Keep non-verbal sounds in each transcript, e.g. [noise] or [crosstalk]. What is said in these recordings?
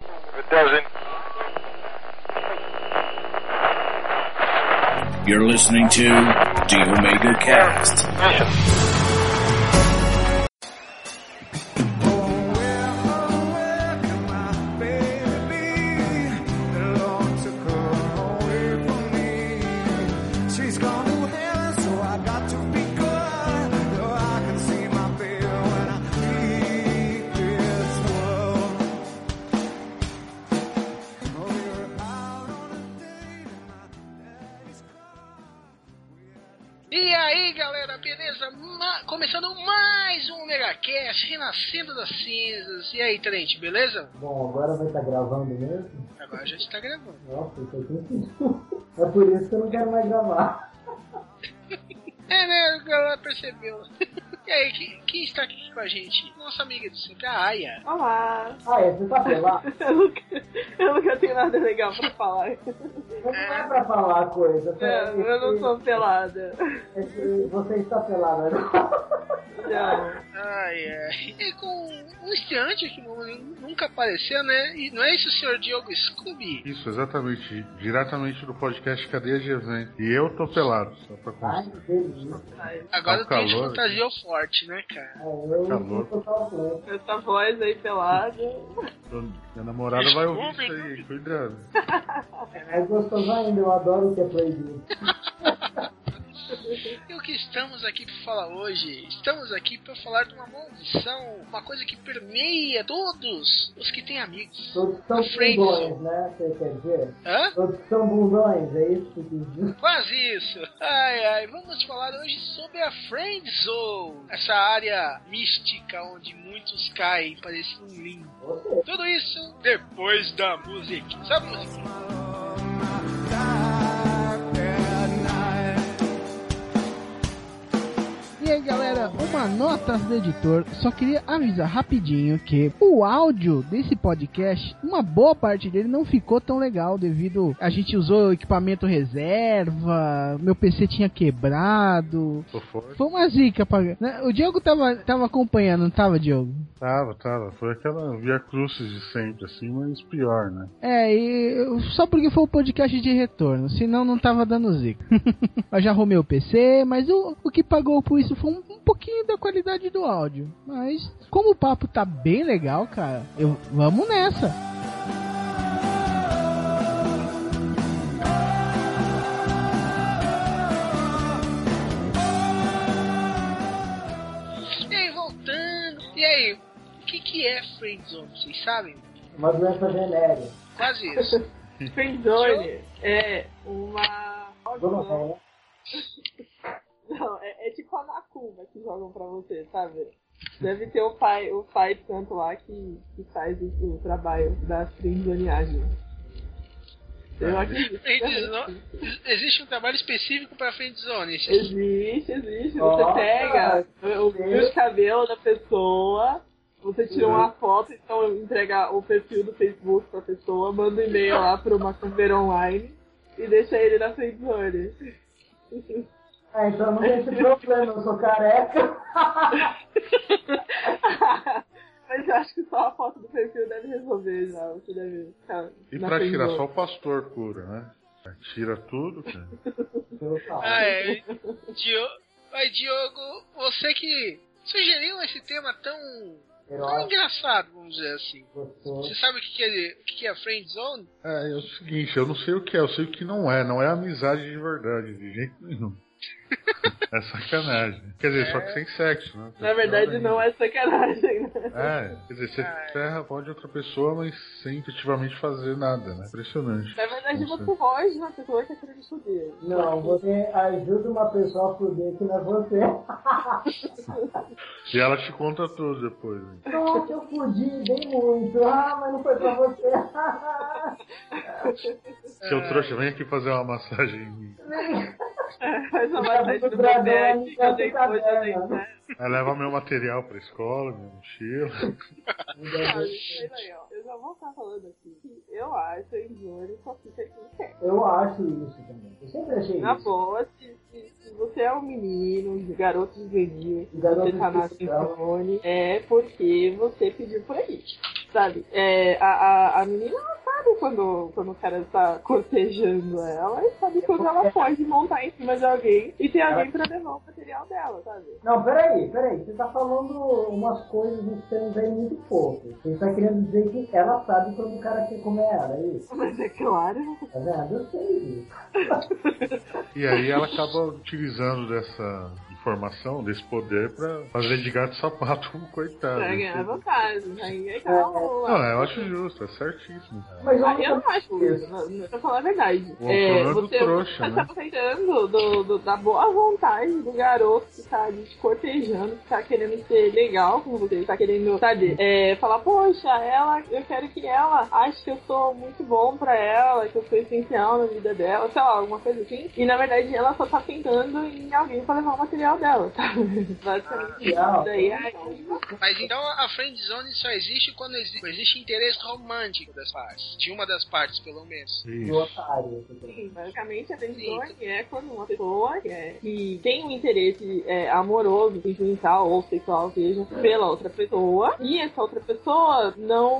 It doesn't. You're listening to The Omega Cast. She's gone to hell, so I got to be good. Though I can see my fear when I leave this world. Oh, we were out on a date in my daddy's car. E aí galera, beleza? Ma- Começando mais um Megacast, renascendo das cinzas. E aí, Trent, beleza? Bom, agora vai estar gravando mesmo? Agora a gente tá gravando. Nossa, isso aqui é tudo. [laughs] É por isso que eu não quero mais gravar. É, né? A galera percebeu. [laughs] E aí, quem, quem está aqui com a gente? Nossa amiga de sempre, a Aya. Olá! Ah, é, você tá lá? [laughs] Eu nunca, eu nunca tenho nada legal pra falar. Não é pra falar coisa. tá? É, eu não sou pelada. Esse- esse- Você está pelada, né? não? Não. Ai, ai. E com um estreante que nunca apareceu, né? E não é isso, senhor Diogo Scooby? Isso, exatamente. Diretamente do podcast Cadeia de Evento. E eu tô pelado, só pra Ai, constar. que delícia. Ai, Agora Tá tem calor, fantasia forte, né, cara? É, eu Tá não louco. tô falando. Essa voz aí pelada. [laughs] Minha namorada vai ouvir Desculpa, isso aí, cuidado. É gostoso ainda, eu adoro o que é proibido. E o que estamos aqui para falar hoje? Estamos aqui para falar de uma maldição, uma coisa que permeia todos os que têm amigos. Todos são Afraid. bundões, né? Você quer dizer? Hã? Todos são bundões, é isso que tu diz? Quase isso! Ai ai, vamos falar hoje sobre a Friend Zone, essa área mística onde muitos caem parecendo um limbo. Você. Tudo isso depois da música. Sabe a música? E aí galera, uma nota do editor. Só queria avisar rapidinho que o áudio desse podcast, uma boa parte dele não ficou tão legal devido a gente usou equipamento reserva, meu PC tinha quebrado. Tô forte. Foi uma zica, pra... né? O Diogo tava, tava acompanhando, não tava, Diogo? Tava, tava. Foi aquela via crucis de sempre, assim, mas pior, né? É, e só porque foi o podcast de retorno, senão não tava dando zica. eu já arrumei o PC, mas o, o que pagou por isso foi um, um pouquinho da qualidade do áudio. Mas como o papo tá bem legal, cara, eu vamos nessa. E aí, voltando. E aí, o que, que é Friend Zone? Vocês sabem? Uma doença venérea. Quase isso. Friendzone é uma. Vamos lá, né? Não, é, é tipo a macumba que jogam pra você, sabe? Deve ter o pai, o pai santo lá que, que faz o, o trabalho da friendzoneagem. Eu acredito. Friend Zone- Existe um trabalho específico para Friend Zone. Esse- Existe, existe. Ó. Você pega o o fio de cabelo da pessoa, você tira uma foto, então entrega o perfil do Facebook pra pessoa, manda um e-mail lá pra uma compra online e deixa ele na friendzone. Ah, então não tem esse problema, eu sou careca. [laughs] Mas eu acho que só a foto do perfil deve resolver já. Você deve ficar E na pra tirar, friendzone. só o pastor cura, né? Tira tudo, cara. Eu falo. Ah, é. Diogo, Ai, Diogo, você que sugeriu esse tema tão, tão Herói, engraçado, vamos dizer assim. gostoso. Você sabe o que que é, o que que é Friend Zone? É, é o seguinte, eu não sei o que é, eu sei o que não é. Não é amizade de verdade, de jeito nenhum. [laughs] É sacanagem. Quer dizer, só que sem sexo, né? É. Na verdade, não é sacanagem, né? É, quer dizer, você ferra pode outra pessoa, mas sem efetivamente fazer nada, né? Impressionante. Na verdade, Não sei. você foge na pessoa que tá querendo foder. Não, você ajuda uma pessoa a fuder que não é você. E ela te conta tudo depois. Né? Nossa, eu fudi bem muito. Ah, mas não foi pra você. É. Seu trouxa, vem aqui fazer uma massagem em mim. É, Faz uma Acabou massagem do no Brasil, bebê aí aqui, que tá eu dei tudo coisa, eu dei bem, né? né? Aí leva meu material pra escola, minha mochila. Ah, isso aí, ó. Eu já vou estar falando aqui que eu acho em Johnny só fica quem quer. Eu acho isso também. Eu sempre achei Na isso. boa, se, se, se você é um menino, um garoto juvenil, Garoto você tá na juvenil. Johnny, é porque você pediu por aí. Sabe? É, a, a, a menina ela sabe quando, quando o cara tá cortejando ela e sabe quando ela pode montar em cima de alguém e ter alguém pra levar o material dela, sabe? Não, peraí, peraí. Você tá falando umas coisas, uns termos aí muito poucos. Você tá querendo dizer que ela sabe quando o cara quer comer ela, é isso? Mas é claro. Tá vendo? Eu sei disso. E aí ela acaba utilizando dessa informação, desse poder, pra fazer de gato sapato [laughs] um coitado. Pra ganhar vantagem. Aí é calma. Não, eu acho justo, é certíssimo. Mas Ah, eu não acho isso, não- não- pra falar a verdade. O problema é do você trouxa, tá se né? aproveitando do, do- da boa vontade do garoto que tá ali te cortejando, que tá querendo ser legal com você, que tá querendo, sabe, é, falar, poxa, ela, eu quero que ela ache que eu sou muito bom pra ela, que eu sou essencial na vida dela, sei lá, alguma coisa assim. E na verdade ela só tá pensando em alguém pra levar o material dela, [laughs] sabe? Basicamente isso. Daí é. Mas então a friendzone só existe quando exi- quando existe interesse romântico das partes. De uma das partes, pelo menos. Do É Isso. otário. Sim, basicamente a friendzone é quando uma pessoa que, é- que tem um interesse é, amoroso, sentimental ou sexual, seja, pela outra pessoa, e essa outra pessoa não.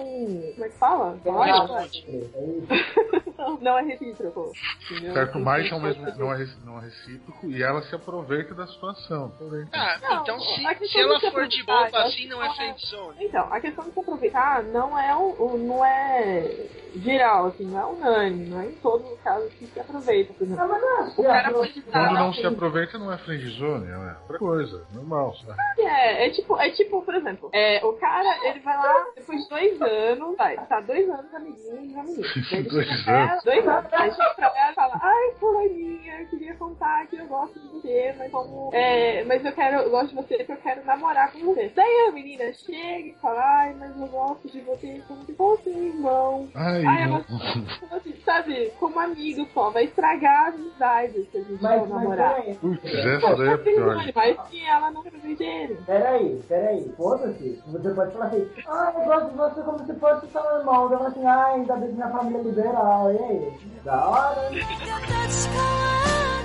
Como é que fala? Ah, Mas- Não, é isso. não é recíproco. entendeu? Certo, mais não é, não, é, reci- não é recíproco e ela se aproveita da situação. também. Ah, Não, então a se, questão se ela de se for de aproveitar, boba eu acho assim, que não é não é- friendzone. Então, a questão de se aproveitar não é o, o- não é geral, assim, não é unânime, não é em todos os casos que se aproveita. Por exemplo, Não, mas não é o cara assim, pode Quando estar não se assim, aproveita, não é friendzone, é outra coisa, normal. sabe? É, é tipo, é tipo, por exemplo, é, o cara, ele vai lá, depois de dois anos, vai, tá dois anos amiguinho de [laughs] amiguinho. Daí ele Dois chega pra ela, anos. Dois anos. Aí chega pra ela e fala, ai, fulaninha, eu queria contar que eu gosto de você, mas como, é, mas eu quero, eu gosto de você, que eu quero namorar com você. Daí a menina chega e fala, ai, mas eu gosto de você como se fosse um irmão. Ai, Ai, não. ela [laughs] Então, assim, sabe, como amigo só, vai estragar a amizade se a gente Mas, não mas namorar. peraí. Putz, essa daí é pior. Mas que ela não é aproveite ele. Peraí, peraí, foda-se. Você pode falar assim, ah, eu gosto de você como se fosse seu irmão. Eu falo assim, ah, ainda bem que minha família é liberal, e aí? Da hora, né?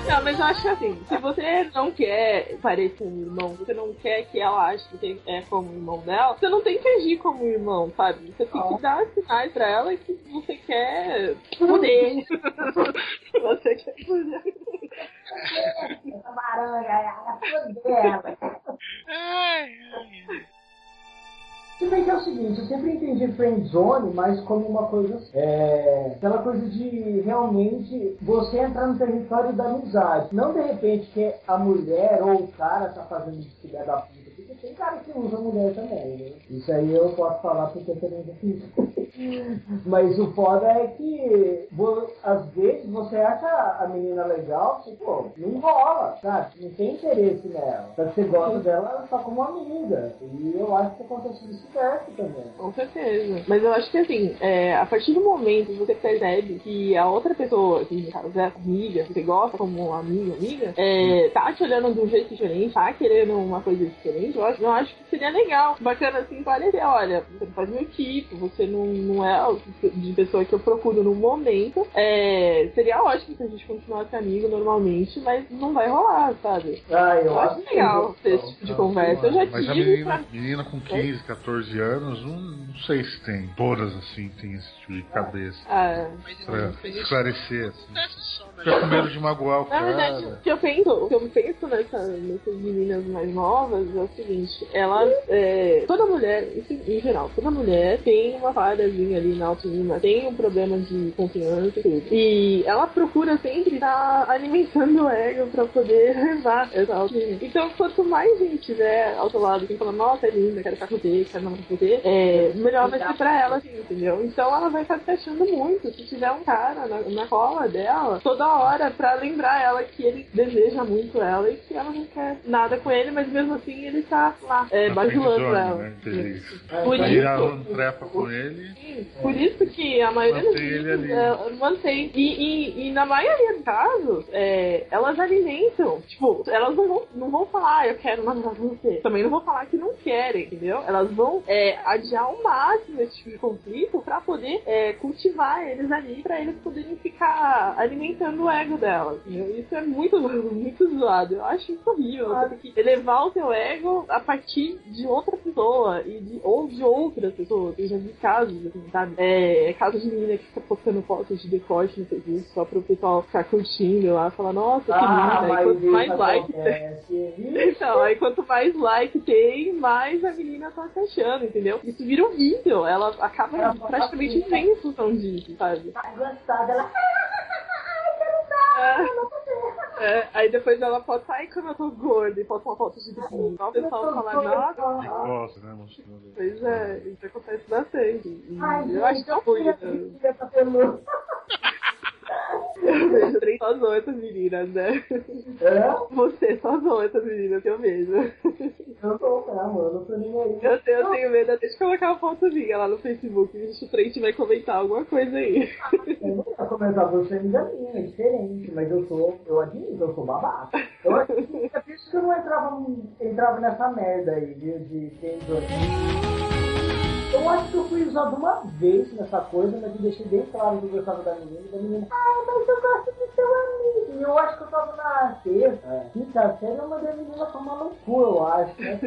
Não, mas eu acho que assim, se você não quer parecer um irmão, você não quer que ela ache que tem- é como irmão dela, você não tem que agir como um irmão, sabe? Você tem que dar sinais pra ela que você quer poder. [laughs] você quer poder. Essa baranga, é a sua dela. Ai, ai, ai. Se bem que é o seguinte, eu sempre entendi friendzone mais como uma coisa é, aquela coisa de realmente você entrar no território da amizade. Não de repente que a mulher ou o cara tá fazendo de filha da puta, porque tem cara que usa mulher também, né? Isso aí eu posso falar porque eu também já fiz. [laughs] Mas o foda é que vo- às vezes você acha a menina legal, tipo, pô, não rola, sabe? Não tem interesse nela. Mas Você gosta dela só como amiga. E eu acho que acontece vice-versa também. Com certeza. Mas eu acho que assim, é, a partir do momento que você percebe que a outra pessoa, que no caso é a amiga, que você gosta como amiga, amiga, é, tá te olhando de um jeito diferente, tá querendo uma coisa diferente, eu acho, eu acho que seria legal. Bacana assim parecer, olha, você não faz meu tipo, você não, não é o tipo de pessoa que eu procuro no momento. É, seria ótimo se a gente continuasse amigo normalmente, mas não vai rolar, sabe? Ah, Eu acho legal ter esse tipo de conversa. Eu já Mas a tive pra menina, menina com 15, 14 anos, não, não sei se tem. Todas assim tem esse tipo de cabeça. ah, Mas Pra esclarecer, assim. acontece só, né? Fica com medo de magoar o Na verdade, o cara. que eu penso, o que eu penso nessa, nessas meninas mais novas é o seguinte, elas, é, toda mulher, isso em geral, toda mulher tem uma falhazinha ali na autoestima, tem um problema de confiança e tudo. E ela procura sempre estar alimentando o ego pra poder [laughs] levar essa autoestima. Então, quanto mais gente tiver ao seu lado, assim, falando, nossa, é linda, quero ficar com você, quero namorar com você, é, melhor vai ser pra ela, assim, entendeu? Então ela vai ficar se achando muito. Se tiver um cara na, na cola dela, toda hora, pra lembrar ela que ele deseja muito ela e que ela não quer nada com ele, mas mesmo assim ele tá lá, é, Na bajulando friendzone, ela. né, que é isso. Por Aí isso, ela não trepa com ele. Por isso que a maioria Mantém das ele crianças ali. é, mantém. E, e, e na maioria dos casos, é, elas alimentam. Tipo, elas não vão, não vão falar, "Ah, eu quero namorar com você. Também não vão falar que não querem, entendeu? Elas vão é, adiar ao máximo esse tipo de conflito pra poder é, cultivar eles ali, pra eles poderem ficar alimentando o ego delas. entendeu? Isso é muito, [laughs] muito zoado. Eu acho isso horrível. Você tem que elevar o seu ego a partir de outra pessoa e de, ou de outras pessoas. Eu já vi casos, assim, sabe? É, é caso de menina que fica postando fotos de decote no Facebook só pro pessoal ficar curtindo lá, falar, nossa, que linda. e quanto mais é né? like Ah, né? [laughs] acontece. então, aí quanto mais like tem, mais a menina tá se achando, entendeu? Isso vira um vídeo, ela acaba Ela praticamente bota a sem função disso, sabe? Tá gostada, ela. É, é, aí depois ela posta, ai como eu tô gorda, e posta uma foto de biquíni. Então o pessoal fala, nossa, Que gosta, né, mostrando. pois é, isso acontece bastante. E Ai, eu acho que eu fui, né? fui essa peluda. eu vejo três só zoam essas meninas, né? É, Você só zoa essas meninas que eu vejo. eu tô, cara, mano, eu não tô nem aí. Eu tenho, eu tenho medo até de colocar uma foto minha lá no Facebook. e O frente vai comentar alguma coisa aí. Eu não ia comentar você amiga minha, é diferente, mas eu sou, eu admito, eu sou babaca. Eu admito, é por isso que eu não entrava, entrava nessa merda aí, viu, de ter Eu acho que eu fui usado uma vez nessa coisa, mas eu deixei bem claro que eu gostava da menina, e da menina, ah, mas eu gosto de seu amigo. E eu acho que eu tava na terça, quinta série, eu mandei a menina tomar no cu, eu acho, né?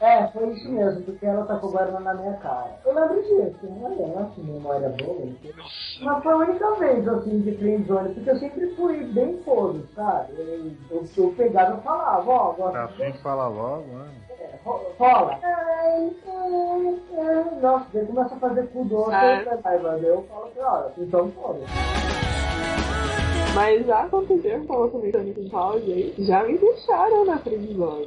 É, foi isso mesmo, porque ela tá tacou guarda na minha cara. Eu lembro disso, né? olha, nossa, memória boa, hein? Nossa. Mas foi a única vez, assim, de friendzone, porque eu sempre fui bem foda, sabe? Eu, eu, eu pegava e falava, ó, Tá gosto afim, fala logo, né? de é, ro- rola. Ai, ai, ai. Nossa, daí começa a fazer cu doce, Ah. eu, ai, mano, eu falo assim, ó, então foda. Mas já aconteceu, tava comentando com o Paulo aí. Já me deixaram na previsão.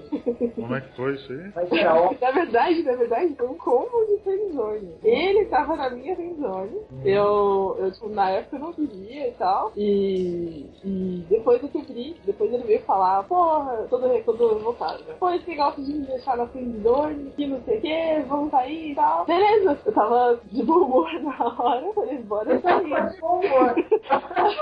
Como é que foi isso aí? Vai tirar ó. Na verdade, na verdade, foi um combo de friendzone. Ele tava na minha friendzone. Eu, eu, tipo, na época eu não queria e tal. E, e depois eu quebrei. Depois ele veio falar, porra, todo, re- todo revoltado. né? Pô, esse negócio de me deixar na friendzone, que não sei o que, vamos sair e tal. Beleza, eu tava de bom humor [laughs] na hora. Falei, bora sair. Aí-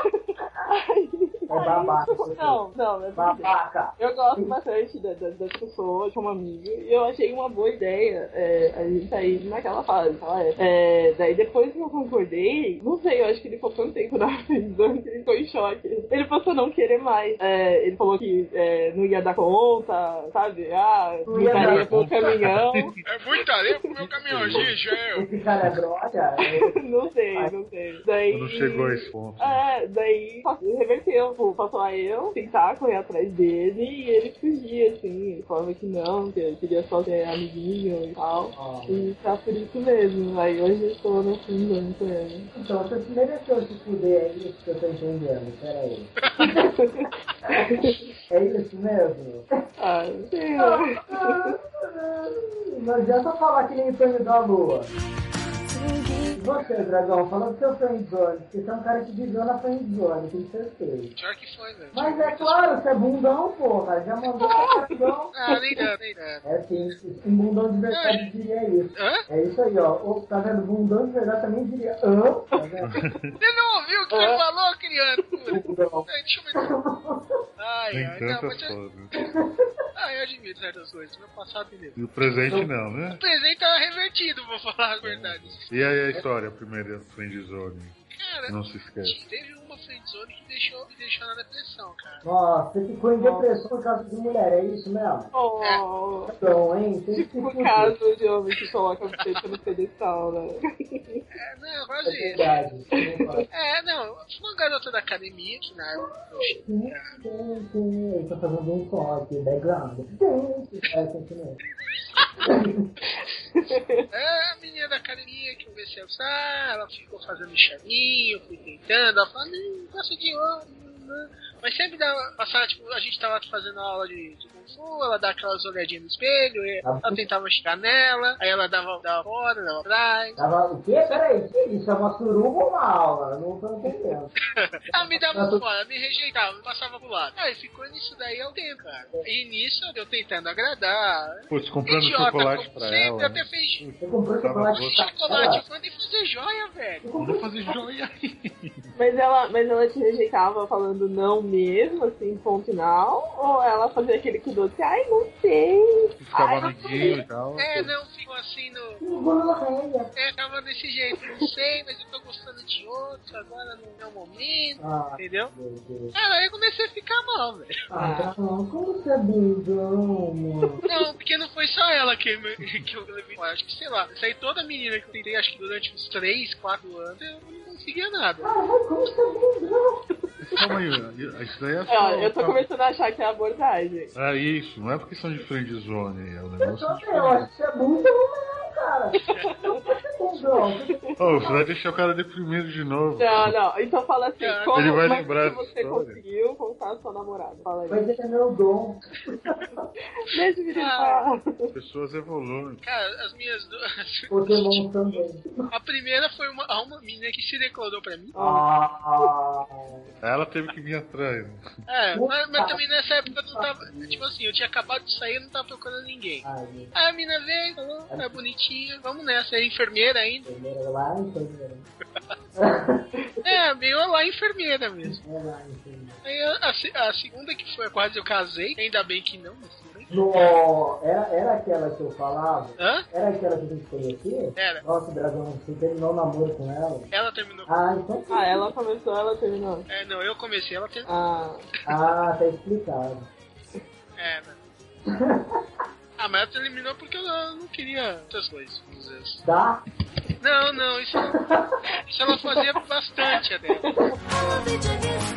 aí- É babaca, você. [laughs] Não, não, é Babaca. eu gosto bastante da- da- das pessoas como amigo e eu achei uma boa ideia é, a gente sair naquela fase. Ela é, é, daí depois que eu concordei, não sei, eu acho que ele ficou tanto tempo na [laughs] prisão que ele ficou em choque. Ele passou a não querer mais. É, ele falou que é, não ia dar conta, sabe? Ah, Não ia dar brincaria pelo conta. [laughs] [laughs] caminhão. É muita areia pro meu caminhão, gente. É eu. Esse cara é droga, eu- não sei, não sei. Daí... Quando chegou a esse ponto. né? É, daí pass- reverteu, pô, passou a eu tentar correr atrás dele e ele fugia, assim, ele falava que não, que ele queria só ser amiguinho e tal. ó. E tá por isso mesmo, aí hoje eu estou no fundo com ele. [laughs] Então, você se mereceu se fuder, é isso que eu tô entendendo, peraí. É isso mesmo? [laughs] ah, não sei, né? Não adianta falar que nem Tony da Lua. E Você, Dragão, falando do seu friendzone, porque você é um cara que viveu na friendzone, tenho certeza. Pior que foi, né? velho. Mas é claro, você é bundão, porra, já mandou pra dragão. Ah, nem dá, nem dá. É sim, um bundão de verdade diria isso. Hã? É isso aí, ó. Ô, tá vendo? Bundão de verdade também diria. Hã? Tá vendo? Você não ouviu o que você falou, criança? Bundão. Ai, Deixa eu ver. Ai, Tem ai, não, tantas mas é- assim. eu, coisas. né? ah, eu admito certas coisas. Meu passado, beleza. E o presente não, né? O presente tava revertido, vou falar a verdade. E aí a história, a primeira friendzone? Cara, Não se esquece. teve uma friendzone que deixou, me deixou na depressão, cara. Nossa, você ficou em depressão por causa de mulher, é isso mesmo? Oh, Então, hein? Tem que se tipo o fuder. caso de homem que coloca a feita no pedestal, né? [laughs] É, não, quase É isso. verdade. Opa. É, não, foi uma garota da academia que na época eu cheguei. Sim, sim, sim. Eu tô fazendo um som aqui, background. Sim, sim. É, continua. É, a menina da academia que eu comecei a usar, ela ficou fazendo charminho, fui tentando, ela né?" falou, não, gosto de homem. não, não." Mas sempre dava, passava, tipo, a gente tava tá fazendo aula de, de pessoa, ela dá aquelas olhadinhas no espelho, e ela tentava chegar nela, aí ela dava, dava fora, dava atrás. Tava, o quê? Peraí, o que é isso? É uma suruba ou uma alma? Não tô entendendo. Ela me dava fora, me rejeitava, me passava pro lado. Aí ficou nisso daí é o tempo, cara. E nisso eu tentando agradar. Putz, comprando Idiota, chocolate como pra sempre, ela. eu né? até fiz Eu comprei Tá na chocolate. pra ela. chocolate, mandei fazer é joia, velho. Eu Mandou comprei fazer joia. Mas ela, mas ela te rejeitava falando não mesmo, assim, ponto final? Ou ela fazia aquele com doce, ai, não sei. Ficava Ai, não amiguinho e tal. É, não, ficou assim no. segurando a rédea. É, tava desse jeito, não sei, mas eu tô gostando de outro, agora não é o momento, Ah, entendeu? meu Deus. Cara, aí eu comecei a ficar mal, velho. Ah, não, como você é bundão, mano? Não, porque não foi só ela que, me- [laughs] que eu levei. Eu Acho que, sei lá, saí toda menina que eu tentei, acho que durante uns 3, 4 anos, eu não conseguia nada. Caralho, como você é bundão? Calma aí, isso daí é só. Ó, Ah, eu tô começando a achar que é abordagem. É isso, não é porque são de friendzone, é o Eu negócio. tô bem, eu acho que você é bundão, não, cara. Não pode ser bundão. Oh, você vai deixar o cara deprimido de novo. Não, não. Então fala assim, Ele como vai mas lembrar que essa você história. conseguiu contar a sua namorada? Fala aí. Mas ele é meu dom. Deixa o menino Ah. falar. As pessoas evoluem. Cara, as minhas duas. Pokémon também. A primeira foi uma, uma menina que se declarou pra mim. Ah, Ela teve que vir atrás. né? É, mas, mas também nessa época eu não tava. Tipo assim, eu tinha acabado de sair eu não tava procurando ninguém. ai, Aí a mina veio, falou, tá bonitinha, vamos nessa. É enfermeira ainda. primeiro lá, enfermeira. É, meio lá enfermeira mesmo. É lá, enfermeira. Aí a, a se- a segunda que foi quase eu casei, ainda bem que não, mas tudo bem. No, era, era aquela que eu falava? Hã? Era aquela que a gente tem aqui? Era. Nossa, Dragão, você terminou o namoro com ela? Ela terminou. Ah, então Ah, ela começou, ela terminou. É, não, eu comecei, ela terminou. Ah, Ah, tá explicado. É, né? Ah, mas ela terminou porque eu não, não queria outras coisas, vamos dizer assim. Tá? Não, não, isso, isso ela fazia bastante até.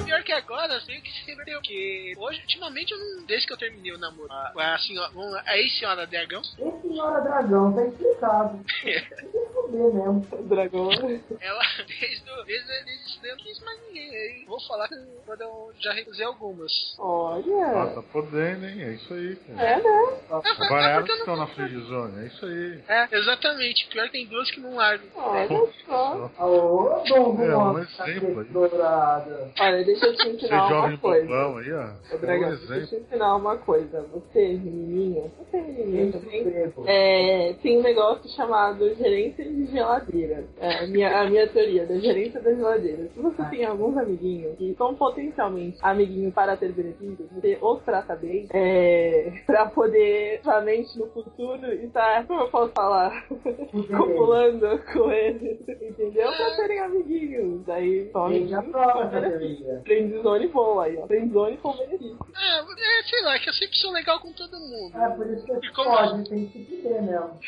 Pior que agora, eu tenho que se reverter, porque hoje, ultimamente, eu não, desde que eu terminei o namoro Ah, assim, a- com a senhora, com a ex-senhora Dragão, Esse senhora Dragão, tá explicado. Tem que foder mesmo. dragão. ela, [laughs] desde, o- desde, desde isso daí, eu não quis mais ninguém. Aí, Vou falar que quando eu já recusei algumas. Ó, Olha. tá podendo, hein? É isso aí. Cara. É, né? Agora é elas porque eu estão não- na friendzone, é isso aí. É, exatamente. Pior que tem duas que não largam. Olha só. Alô, Dom É, um Juan, tá exemplo aí. dourada. Olha, deixa eu te Você ensinar jovem uma coisa. bobão aí, ó. Ô, É um Dragão, deixa exemplo. eu te ensinar uma coisa. Você, é menininha, você, é menininha também, Emprego. É, tem um negócio chamado gerência de geladeira. É, a, minha, a minha teoria da gerência da geladeira. Se Ah. você tem alguns amiguinhos que são potencialmente amiguinhos para ter benefícios, você os trata bem é, [laughs] para poder, realmente, no futuro, estar, como eu posso falar, copulando com eles, entendeu? Pra serem amiguinhos. Daí, só Gente, a prova né? né? essa teoria. Friendzone boa aí, ó. Friendzone com benefício. Ah, é, sei lá, que eu sempre sou legal com todo mundo. É, por isso que E como pode, tem que se fuder mesmo.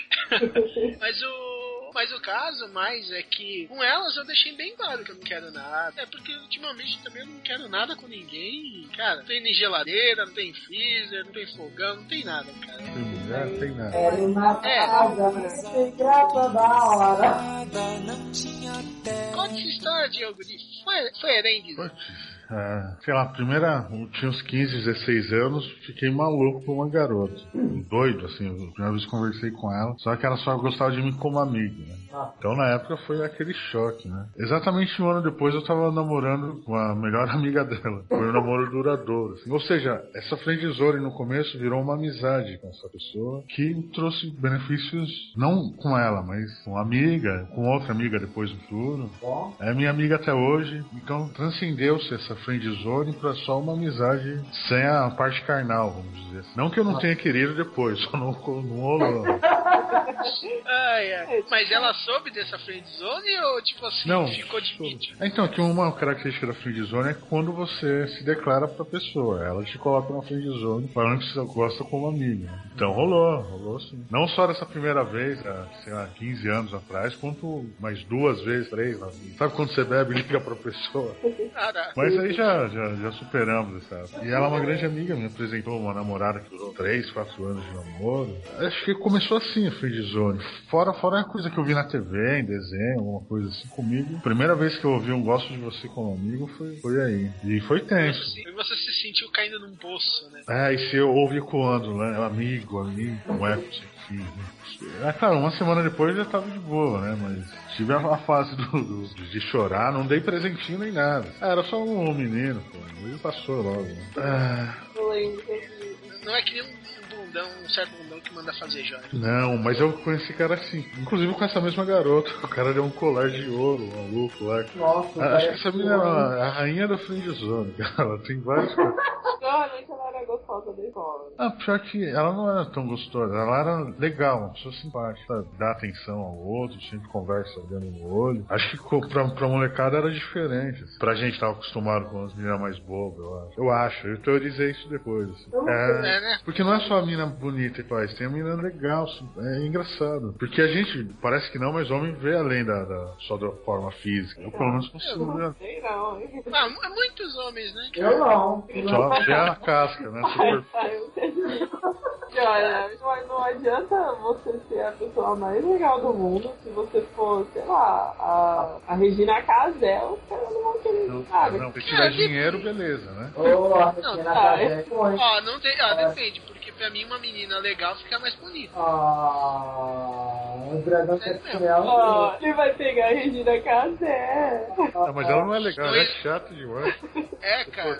Mas o. Mas o caso mais é que com elas eu deixei bem claro que eu não quero nada. É porque ultimamente também eu não quero nada com ninguém. Cara, não tem nem geladeira, não tem freezer, não tem fogão, não tem nada, cara. Tem mulher, tem nada. Era uma É. casa, né? sem graça da hora. Conta essa história, Diogo, de foi, foi Erengues. Putz, é, sei lá, a primeira, eu tinha uns 15, 16 anos, fiquei maluco por uma garota. Doido, assim, a primeira vez que conversei com ela, só que ela só gostava de mim como amigo, né? Ah. Então na época foi aquele choque, né? Exatamente um ano depois eu tava namorando com a melhor [laughs] amiga dela. Foi um namoro duradouro. assim. Ou seja, essa friendzone no começo virou uma amizade com essa pessoa que trouxe benefícios, não com ela, mas com a amiga, com outra amiga depois no futuro. Bom, É minha amiga até hoje, então transcendeu-se essa friendzone pra só uma amizade sem a parte carnal, vamos dizer. assim. Não que eu não tenha querido depois, [laughs] só não, co- não rolou. Ai, É, ai. tipo- Mas ela soube dessa friendzone ou tipo assim, Não. ficou de vítima? Então, que uma característica da friendzone é quando você se declara pra pessoa, ela te coloca na friendzone falando que você gosta como amiga. Então rolou, rolou sim. Não só dessa primeira vez, há, sei lá, 15 anos atrás, quanto mais duas vezes, três, na vida. sabe quando você bebe e liga pra pessoa? Ah, tá. Mas aí já, já, já superamos essa. E ela é uma grande amiga, me apresentou uma namorada que durou 3, 4 anos de namoro. Acho que começou assim a friend zone. Fora, fora a coisa que eu vi na TV, em desenho, alguma coisa assim comigo. Primeira vez que eu ouvi um gosto de você como amigo foi, foi aí. E foi tenso. Você- Você se sentiu caindo num poço, né? É, e se eu ouve ecoando, né? Amigo, amigo, não é isso aqui. né? É claro, uma semana depois eu já tava de boa, né? Mas tive a- a fase do, do- de chorar, não dei presentinho nem nada. Ah, era só um menino, pô. Ele passou logo. né? Ah, Eu lembro que Não é que nem um um bundão, um certo bundão que manda fazer joia. não, mas eu conheci cara assim. Inclusive com essa mesma garota. O cara deu um colar de ouro, um maluco lá. Nossa, Ah, parece Acho que um essa menina é a rainha do fim de zona, [laughs] cara. Ela tem várias coisas. provavelmente ela era gostosa da escola. Ah, pior que ela não era tão gostosa, ela era legal, uma pessoa simpática, sabe? dá atenção ao outro, sempre conversa olhando no olho. Acho que co- pra, pra molecada era diferente. assim. Pra gente tava acostumado com as meninas mais bobas, eu acho. Eu acho, eu teorizei isso depois. assim. É, É, né? porque não é só a mina bonita e faz, tem a mina legal, assim, é engraçado. Porque a gente, parece que não, mas homem vê além da, da- só da forma física. Eu pelo menos Eu consigo ver. não sei [laughs] não. hein? Ah, mu- muitos homens, né? Eu não. Só vê a casca, né? Super [laughs] Ah, eu sei. E olha, não, não adianta você ser a pessoa mais legal do mundo se você for, sei lá, a, a Regina Casel, os caras não vão querer Não, nada. não, se tiver dinheiro, beleza, né? Ô, a Regina Casé é bom, Ó, não tem. Ó, É. depende, porque pra mim uma menina legal fica mais bonita. Ah, o dragão Ó, sexual. ele vai pegar a Regina Casel. Não, mas ela não é legal, ela é Mas- chata demais. É, cara.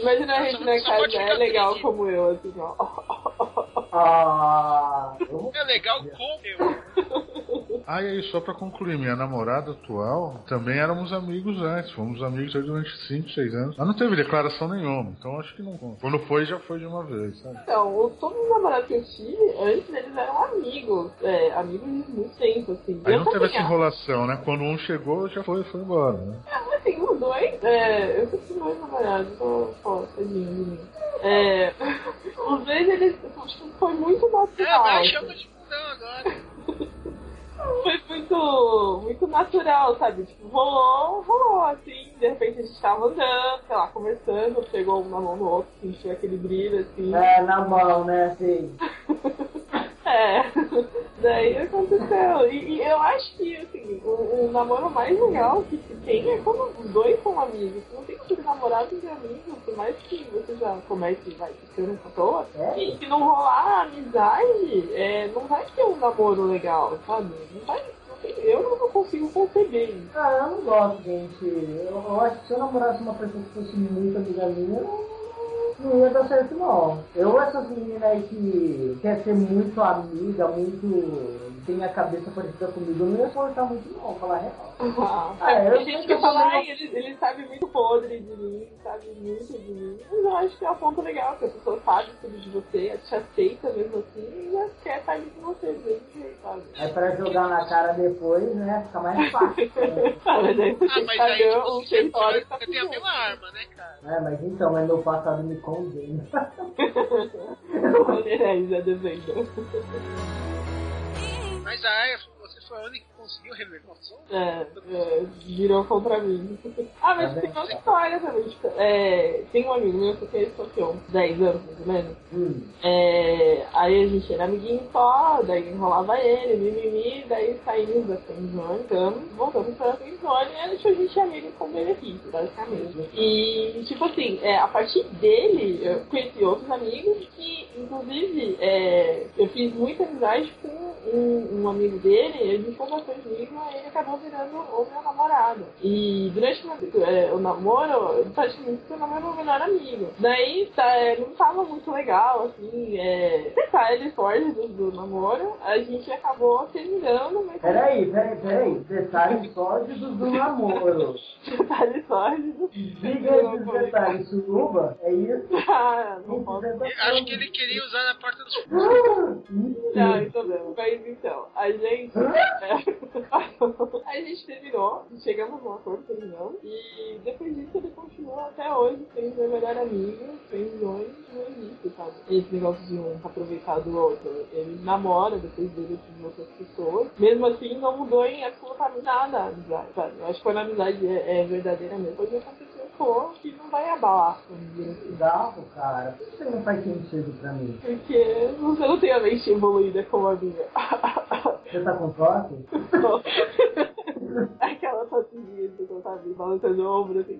Imagina a Regina Só pode ficar Casel legal perdido. como eu, assim, ó. Ah, eu É legal como eu. Ah, e aí, só pra concluir, minha namorada atual também éramos amigos antes. Fomos amigos aí durante 5, 6 anos. Mas não teve declaração nenhuma, então acho que não conta. Quando foi, já foi de uma vez, sabe? Então, o- todos os namorados que eu tive, antes eles eram amigos. É, amigos de muito tempo, assim. Aí eu não teve também essa enrolação, né? Quando um chegou, já foi, foi embora, né? Assim, os dois, é, eu sempre tive dois namorados, então, pô, tadinho de mim. É, [laughs] os dois, eles, tipo, foi muito É, Ah, natural. assim. vai chama de bundão agora. foi muito, muito natural, sabe? Tipo, rolou, rolou, assim, de repente a gente tava andando, sei lá, conversando, pegou um na mão do outro, sentiu aquele brilho, assim. É, na mão, né? Assim. É, [laughs] daí aconteceu. E, e eu acho que, assim, o, o namoro mais legal que se tem é quando os dois são amigos. Não tem que ser namorados e amigos, por mais que você já comece vai ficando com a pessoa. É. E se não rolar a amizade, é, não vai ter um namoro legal, sabe? Não vai, não tem- eu não consigo conceber isso. Ah, eu não gosto, gente. Eu, eu acho que se eu namorasse uma pessoa que fosse muito amiga minha, não, não ia dar certo, não. Eu, essas meninas aí que quer ser muito amiga, muito. tem a cabeça parecida comigo, eu não ia suportar muito, não, falar a real. Ah, É, Sabe, eu tem sei gente que que eu fala, também ai, ele, ele sabe muito podre de mim, sabe muito de mim. Mas eu acho que é um ponto legal, que a pessoa sabe tudo de você, ela te aceita mesmo assim e ela quer estar ali com você do mesmo jeito, sabe? Aí É pra jogar na cara depois, né? Fica mais fácil. né? Ah, mas aí você Ah, tem que mas aí saber tipo, o você sempre território vai- que tá você tem a pisando. mesma arma, né, cara? É, mas então, mas meu passado me condena. [laughs] Olha é, aí, Zé Devenda. Mas a Aya, você foi a única que conseguiu reverter o som? É, é, virou contra mim. Ah, mas Tá tem vendo? uma história também. tipo, é, tem um amigo meu que ele sofreu uns 10 anos, mais ou menos. Hum. É, aí a gente era amiguinho só, daí enrolava ele, mimimi, daí saímos da Friendzone, voltamos, voltamos pra Friendzone e aí, tipo, a gente é amigo com benefício, basicamente. E, tipo assim, é, a partir dele, eu conheci outros amigos que, inclusive, é, eu fiz muita amizade com um, um amigo dele, ele me ficou bastante comigo, aí ele acabou virando o meu namorado. E durante o meu- é, o namoro, eu praticamente fui o namoro meu melhor amigo. Daí tá, é, não tava muito legal, assim, é, tá, ele foge do, do namoro, a gente acabou terminando, mas [laughs] Peraí, peraí, peraí. Detalhes sórdidos do namoro. detalhe [laughs] sórdido. Diga esses detalhes, suruba? É isso? é Ah, não posso Eu Acho que ele queria usar na porta do fundo. Ah, Hum. Não, então não. Mas então, a gente. é, [laughs] a gente terminou, chegamos num acordo, terminamos. E depois disso ele continuou até hoje, sendo meu melhor amigo, fez longe no início, sabe? Esse negócio de um aproveitar do outro. Ele namora, depois dele com outras pessoas. Mesmo assim, não mudou em absolutamente nada a amizade, sabe? Eu acho que quando a amizade é, é verdadeira mesmo, pode acontecer. expor que não vai abalar assim, a família. Cuidado, cara. Por que você não faz sentido pra mim? Porque você não tem a mente evoluída como a minha. [laughs] Você tá com toque? Não. Aquela tatuinha que você sabe, balançando o ombro assim.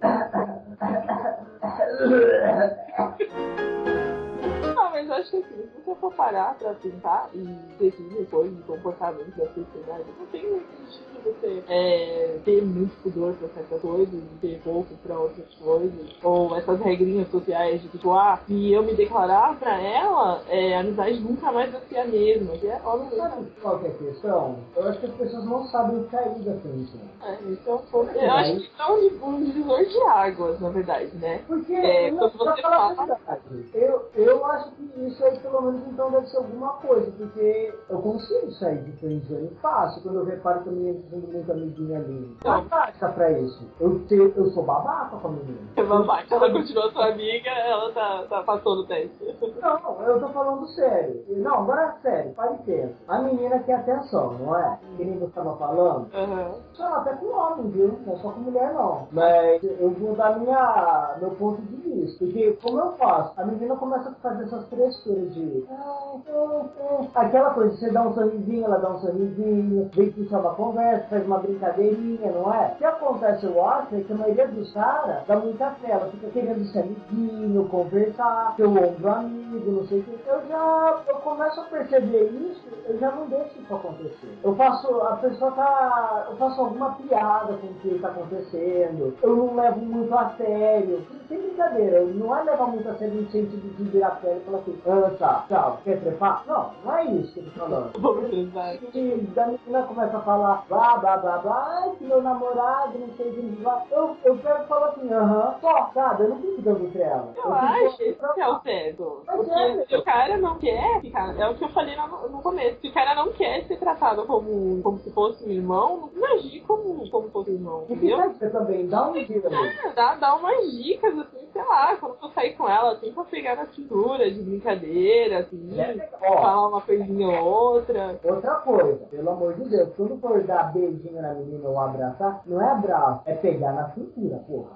Ah, mas eu acho que assim, se você for parar pra tentar e definir coisas de comportamento da sociedade, não tem muito sentido você é, ter muito pudor pra certas coisas, ter pouco pra outras coisas, ou essas regrinhas sociais de tipo, ah, se eu me declarar pra ela, é, a amizade nunca mais vai ser a mesma, que é obviamente. Sabe qual que é a questão? Eu acho que as pessoas não sabem sair da tensão. É, então, foi, eu Uhum. acho que é um, um divisor de águas, na verdade, né? Porque, É, não, quando você pra falar a fala- verdade, eu, eu acho que isso aí pelo menos então deve ser alguma coisa, porque eu consigo sair de friendzone fácil quando eu reparo que a menina tá sendo muito amiguinha ali. Uma taxa pra isso. Eu, te, eu sou babaca com a menina. Então, É babaca, ela continua sua amiga, ela tá, tá passou no teste. Não, eu tô falando sério. Não, agora é sério, pare e pensa. A menina quer atenção, não é? Que nem você tava falando. Aham. Só Ah, até com homem, viu? Não é só com mulher, não. Mas eu vou dar minha, meu ponto de vista. Porque, como eu faço? A menina começa a fazer essas frescuras de... "Ah, ah, ah". Aquela coisa, você dá um sorrisinho, ela dá um sorrisinho, vem puxar uma conversa, faz uma brincadeirinha, não é? O que acontece, eu acho, é que a maioria dos caras dá muita tela, fica querendo ser amiguinho, conversar, ter o ombro amigo, não sei o que. Eu já eu começo a perceber isso, eu já não deixo isso acontecer. Eu faço, a pessoa tá. Eu faço alguma piada com o que tá acontecendo. Eu não levo muito a sério. Sem brincadeira, eu não é levar muito a sério no sentido de virar a sério e falar assim, ah, tá, tchau, quer trepar? Não, não é isso que eu tô falando. Vamos transar. E da menina começa a falar blá blá blá blá, ai que meu namorado, não sei o que lá. Eu, eu quero falar assim, aham, só, sabe? Eu não fico dando trela. Eu acho fico que esse que é o certo. Mas Porque é. se o cara não quer ficar. É o que eu falei no, no começo. Se o cara não quer ser tratado como, como se fosse um irmão, não agir como, como fosse um irmão, E fica entendeu? aí você também, dá um dia, amigo. É, Dá, dá umas dicas, assim, sei lá, quando eu sair com ela, assim, pra pegar na cintura, de brincadeira, assim, É, ó, falar uma coisinha ou outra. outra coisa, pelo amor de Deus, quando for dar beijinho na menina ou abraçar, não é abraço, é pegar na cintura, porra.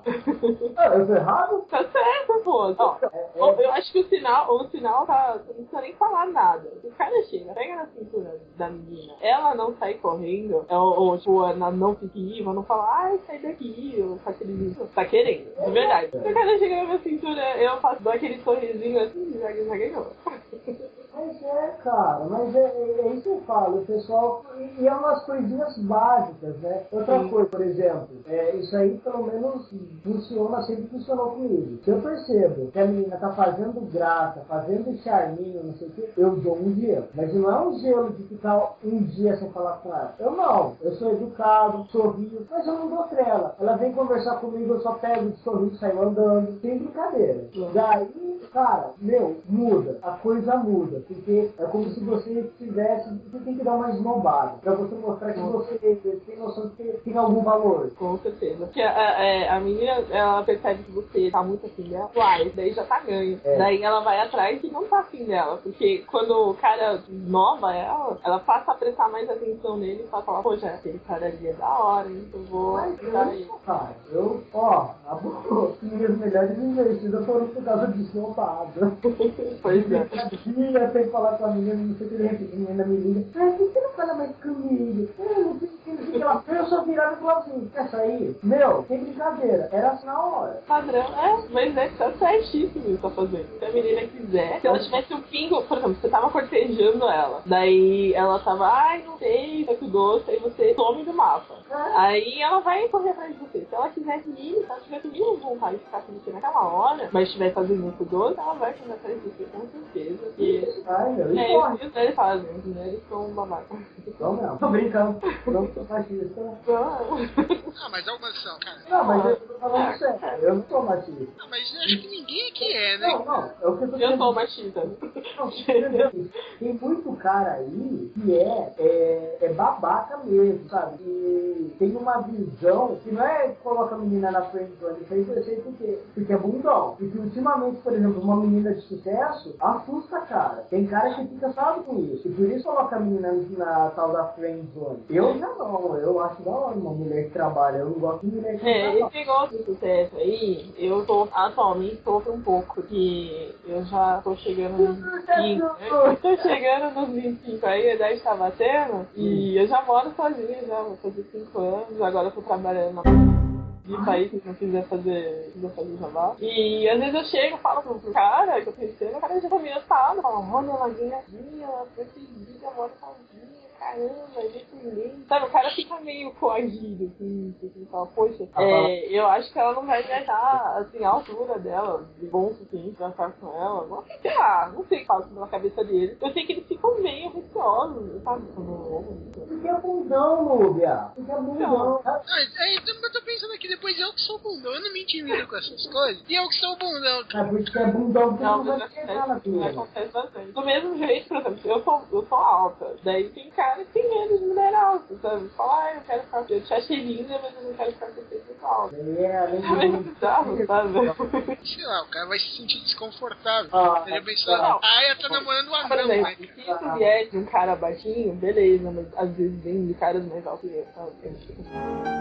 Ah, eu tô errado? [laughs] Tá certo, pô. Ó, É, Eu eu acho que o sinal, o sinal tá. Não precisa nem falar nada. O cara chega, pega na cintura da menina, ela não sai correndo, ou, ou, tipo, ela não fica iva, não fala, ai, sai daqui, ou faz aquele. Tá querendo, de verdade. Se o cara chega na minha cintura, eu faço dou aquele sorrisinho assim, já, já ganhou. [laughs] Mas é, cara, mas é, é- é isso que eu falo, o pessoal. E, e é umas coisinhas básicas, né? Outra Sim. coisa, por exemplo, é, isso aí pelo menos funciona, sempre funcionou comigo. Se eu percebo que a menina tá fazendo graça, fazendo charminho, não sei o que, eu dou um gelo. Mas não é um gelo de ficar um dia sem falar com ela. Eu não, eu sou educado, sorrio, mas eu não dou trela. Ela vem conversar comigo, eu só pego, sorriso, saio andando, sem brincadeira. Daí Cara, meu, muda. A coisa muda. Porque é como se você tivesse. Você tem que dar uma esnobada. Pra você mostrar que você tem noção de que tem algum valor. Com certeza. Porque a, é, a menina, ela percebe que você tá muito afim dela. Uai, isso daí já tá ganho. É. Daí ela vai atrás e não tá afim dela. Porque quando o cara nova ela, ela passa a prestar mais atenção nele e só fala, poxa, aquele cara ali é da hora, hein? Eu vou Mas dar ele. eu, cara, eu, ó, acabou. Minhas melhores investidas foram por causa de esnobada. [laughs] Pois é. Dia sem falar com a menina, não sei o que de repente a menina me liga. Ai, por que você não fala mais comigo? Eu não sei o que, não sei o que ela Eu só virava e falava assim, essa aí, meu, sem brincadeira, era assim na hora. Padrão, é, mas é que tá certíssimo isso tá fazendo. Se a menina quiser, se ela tivesse um pingo, por exemplo, você tava cortejando ela, daí ela tava, ai, não sei, tá com doce, aí você some do mapa. Aí ela vai correr atrás de você. Se ela quisesse ir, se ela tivesse mínimo vontade de ficar com você naquela hora, mas estiver fazendo um muito doce, ela vai correr atrás de você com certeza. E Ai, meu, e é corre. isso que os velhos fazem, os mulheres são babacas. Não, não. Tô brincando. Não sou machista. Ah, mas algumas são, cara. Não, mas eu tô falando sério. Eu não sou machista. Ah, mas eu acho que ninguém aqui é, né? Não, não. É o que eu [laughs] tô Eu sou querendo machista. [laughs] dizer. Tem muito cara aí que é, é, é babaca mesmo, sabe? E tem uma visão que não é coloca a menina na frente do olho. Isso aí eu sei por quê. Porque é bundão. Porque ultimamente, por exemplo, uma menina de sucesso assusta cara. Tem cara que fica sabe com isso. E por isso coloca a menina na tal da friend zone. Eu já não. não. Eu acho da hora uma mulher que trabalha. Eu não gosto de mulher que É, trabalha. esse negócio de sucesso aí, eu tô atualmente sofro um pouco, porque eu já tô chegando nos 25. né? [laughs] Eu tô chegando nos 25 aí, a idade tá batendo, e eu já moro sozinha, já vou fazer 5 anos, agora eu tô trabalhando na de um país que não quiser fazer, quiser fazer jabá. E às vezes eu chego e falo pro, pro cara que eu pensei, o cara já tá me assado, fala, olha, ela ganha aqui, ela foi pedida, mora sozinha, tá um caramba, gente lindo. Sabe, o cara fica meio coagido, assim, assim, fala, poxa, é, eu acho que ela não vai me achar, assim, a altura dela, de bom o suficiente pra ficar com ela. Não sei, sei lá, não sei o que passa pela cabeça dele. Eu sei que eles ficam meio receosos, sabe, quando eu ouvo. Porque é bundão, Núbia. Porque é bundão. Mas, aí, Ah, é, então eu tô pensando aqui, depois eu que sou bundão, eu não me intimido com essas coisas. E eu que sou bundão, É porque é bundão que Não, não mas vai chegar na acontece, turma. acontece bastante. Do mesmo jeito, por exemplo, eu sou, eu sou alta. Daí tem cara que tem medo de mulher alta, sabe? Fala, ah, eu quero ficar. Eu te achei linda, mas eu não quero ficar com você muito alta. Ele é além É meio de bizarro, sabe? [laughs] sei lá, o cara vai se sentir desconfortável. Ah, Ele não. pensou, ah, eu tô namorando o Por Abrão, né? exemplo, assim, se isso vier de um cara baixinho, beleza, mas às vezes vem de caras mais altos que eu. sabe?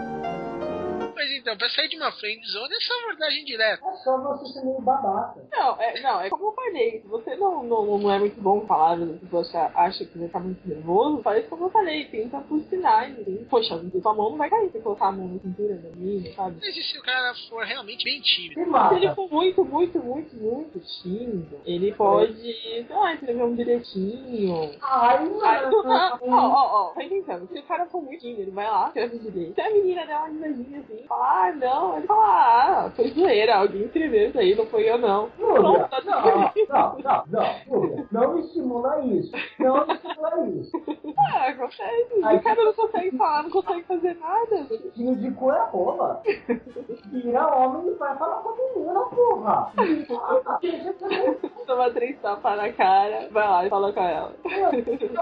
Mas então, pra sair de uma friend zone é só abordagem direta. É só você ser meio babaca. Não, é, não, é como eu falei, se você não, não, não é muito bom com palavras, se você acha, acha que você tá muito nervoso, faz como eu falei, tenta por sinais, assim. Poxa, sua mão não vai cair se colocar a mão na cintura da menina, sabe? Mas e se o cara for realmente bem tímido? Se Se ele mata. for muito, muito, muito, muito tímido, ele pode, sei lá, escrever um bilhetinho. Ai, é, Ai, Ah, é. Ó, mano. ó, ó, tá entendendo? Se o cara for muito tímido, ele vai lá, escreve o bilhete. Se a menina der uma risadinha assim, fala, ah, não, ele fala, ah, foi zoeira, alguém escreveu isso aí, não foi eu não. Núbia, Pronto, tá tudo não, bem. não, não, não, Núbia, não estimula isso, não estimula isso. Ah, acontece. O cara não consegue falar, não consegue fazer nada. Tio de cu é rola. Vira homem e vai falar com a menina, porra. Ah, deixa pra mim. Toma três tapas na cara, vai lá e fala com ela. Não,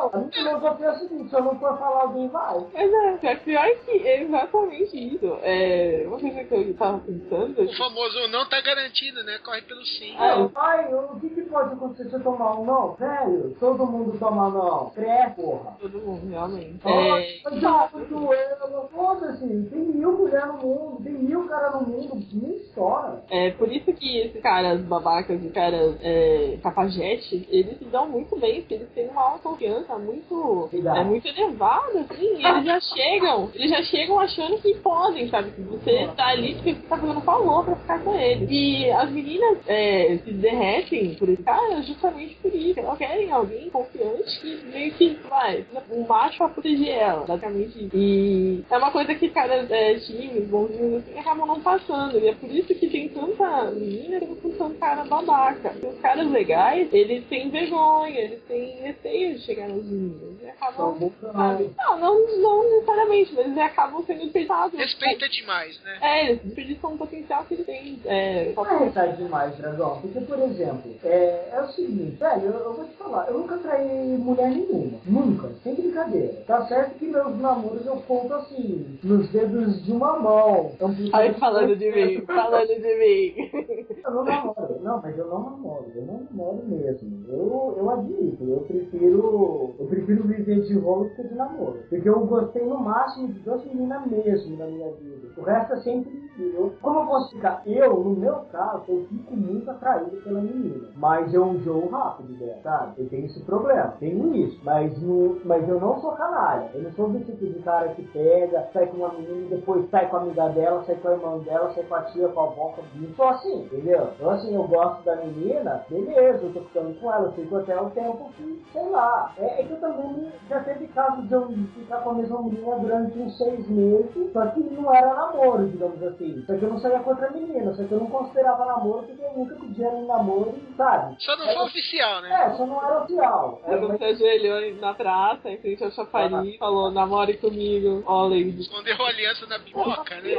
a filosofia é o seguinte, se eu não for falar, alguém vai. Mas é, é pior que é exatamente isso. É, uma coisa que eu tava pensando. O famoso não tá garantido, né? Corre pelo sim. Ah, eu- Ai, o que, que pode acontecer se eu tomar um não? Velho, todo mundo toma não. Cré, porra. todo mundo, realmente. Nossa, É, mas eu vou pro duelo. Foda-se, assim, tem mil mulheres no mundo, tem mil caras no mundo, nem história. É por isso que esses caras babacas e caras é, capajetes, eles se dão muito bem, porque eles têm uma autoconfiança muito, Verdade. é, muito elevada, assim, e eles já chegam, eles já chegam achando que podem, sabe? Que você tá ali porque você tá fazendo favor pra ficar com eles. E as meninas é, se derretem por esse cara justamente por isso. Elas querem alguém confiante que meio que vai, um macho pra proteger ela, basicamente. isso. E é uma coisa que os caras é, tímidos, bonzinhos, assim, acabam não passando. E é por isso que tem tanta menina que com tanto cara babaca. E os caras legais, eles têm vergonha, eles têm receio de chegar nas meninas. E Então, acabam. vou falar. Sabe? Não, não, não necessariamente, mas eles acabam sendo desperdiçados. Respeita demais, né? É, eles desperdiçam o potencial que eles têm. É, só Ah, é tarde demais, Dragão. Porque, por exemplo, é, é o seguinte, velho, eu, eu vou te falar, eu nunca traí mulher nenhuma. Nunca, sem brincadeira. Tá certo que meus namoros eu conto assim, nos dedos de uma mão. Então, Eu- Ai, falando de mim, [laughs] falando de mim. Eu não namoro, não, mas eu não namoro, eu não namoro mesmo. Eu, eu admito, eu prefiro. Eu prefiro viver de rolo do que de namoro. Porque eu gostei no máximo de duas meninas mesmo na minha vida. O resto é sempre. Eu, como eu posso ficar? Eu, no meu caso, eu fico muito atraído pela menina. Mas eu enjoo rápido dela, sabe? Eu tenho esse problema, tenho isso. Mas, no, mas eu não sou canalha. Eu não sou do tipo de cara que pega, sai com uma menina e depois sai com a amiga dela, sai com a irmã dela, sai com a tia, com a avó, com a não sou assim, entendeu? Então assim, eu gosto da menina, beleza, eu tô ficando com ela, eu fico até o tempo que, sei lá. É, é que eu também já teve caso de eu ficar com a mesma menina durante uns seis meses, só que não era namoro, digamos assim. Só que eu não saía com outra menina, só que eu não considerava namoro porque eu nunca pedia ela em namoro, sabe? Só não foi oficial, né? É, só não era oficial. Era Quando uma você ajoelhou na praça, em frente ao chafariz, falou, namore comigo, ó, lady. Escondeu a aliança na pipoca, né?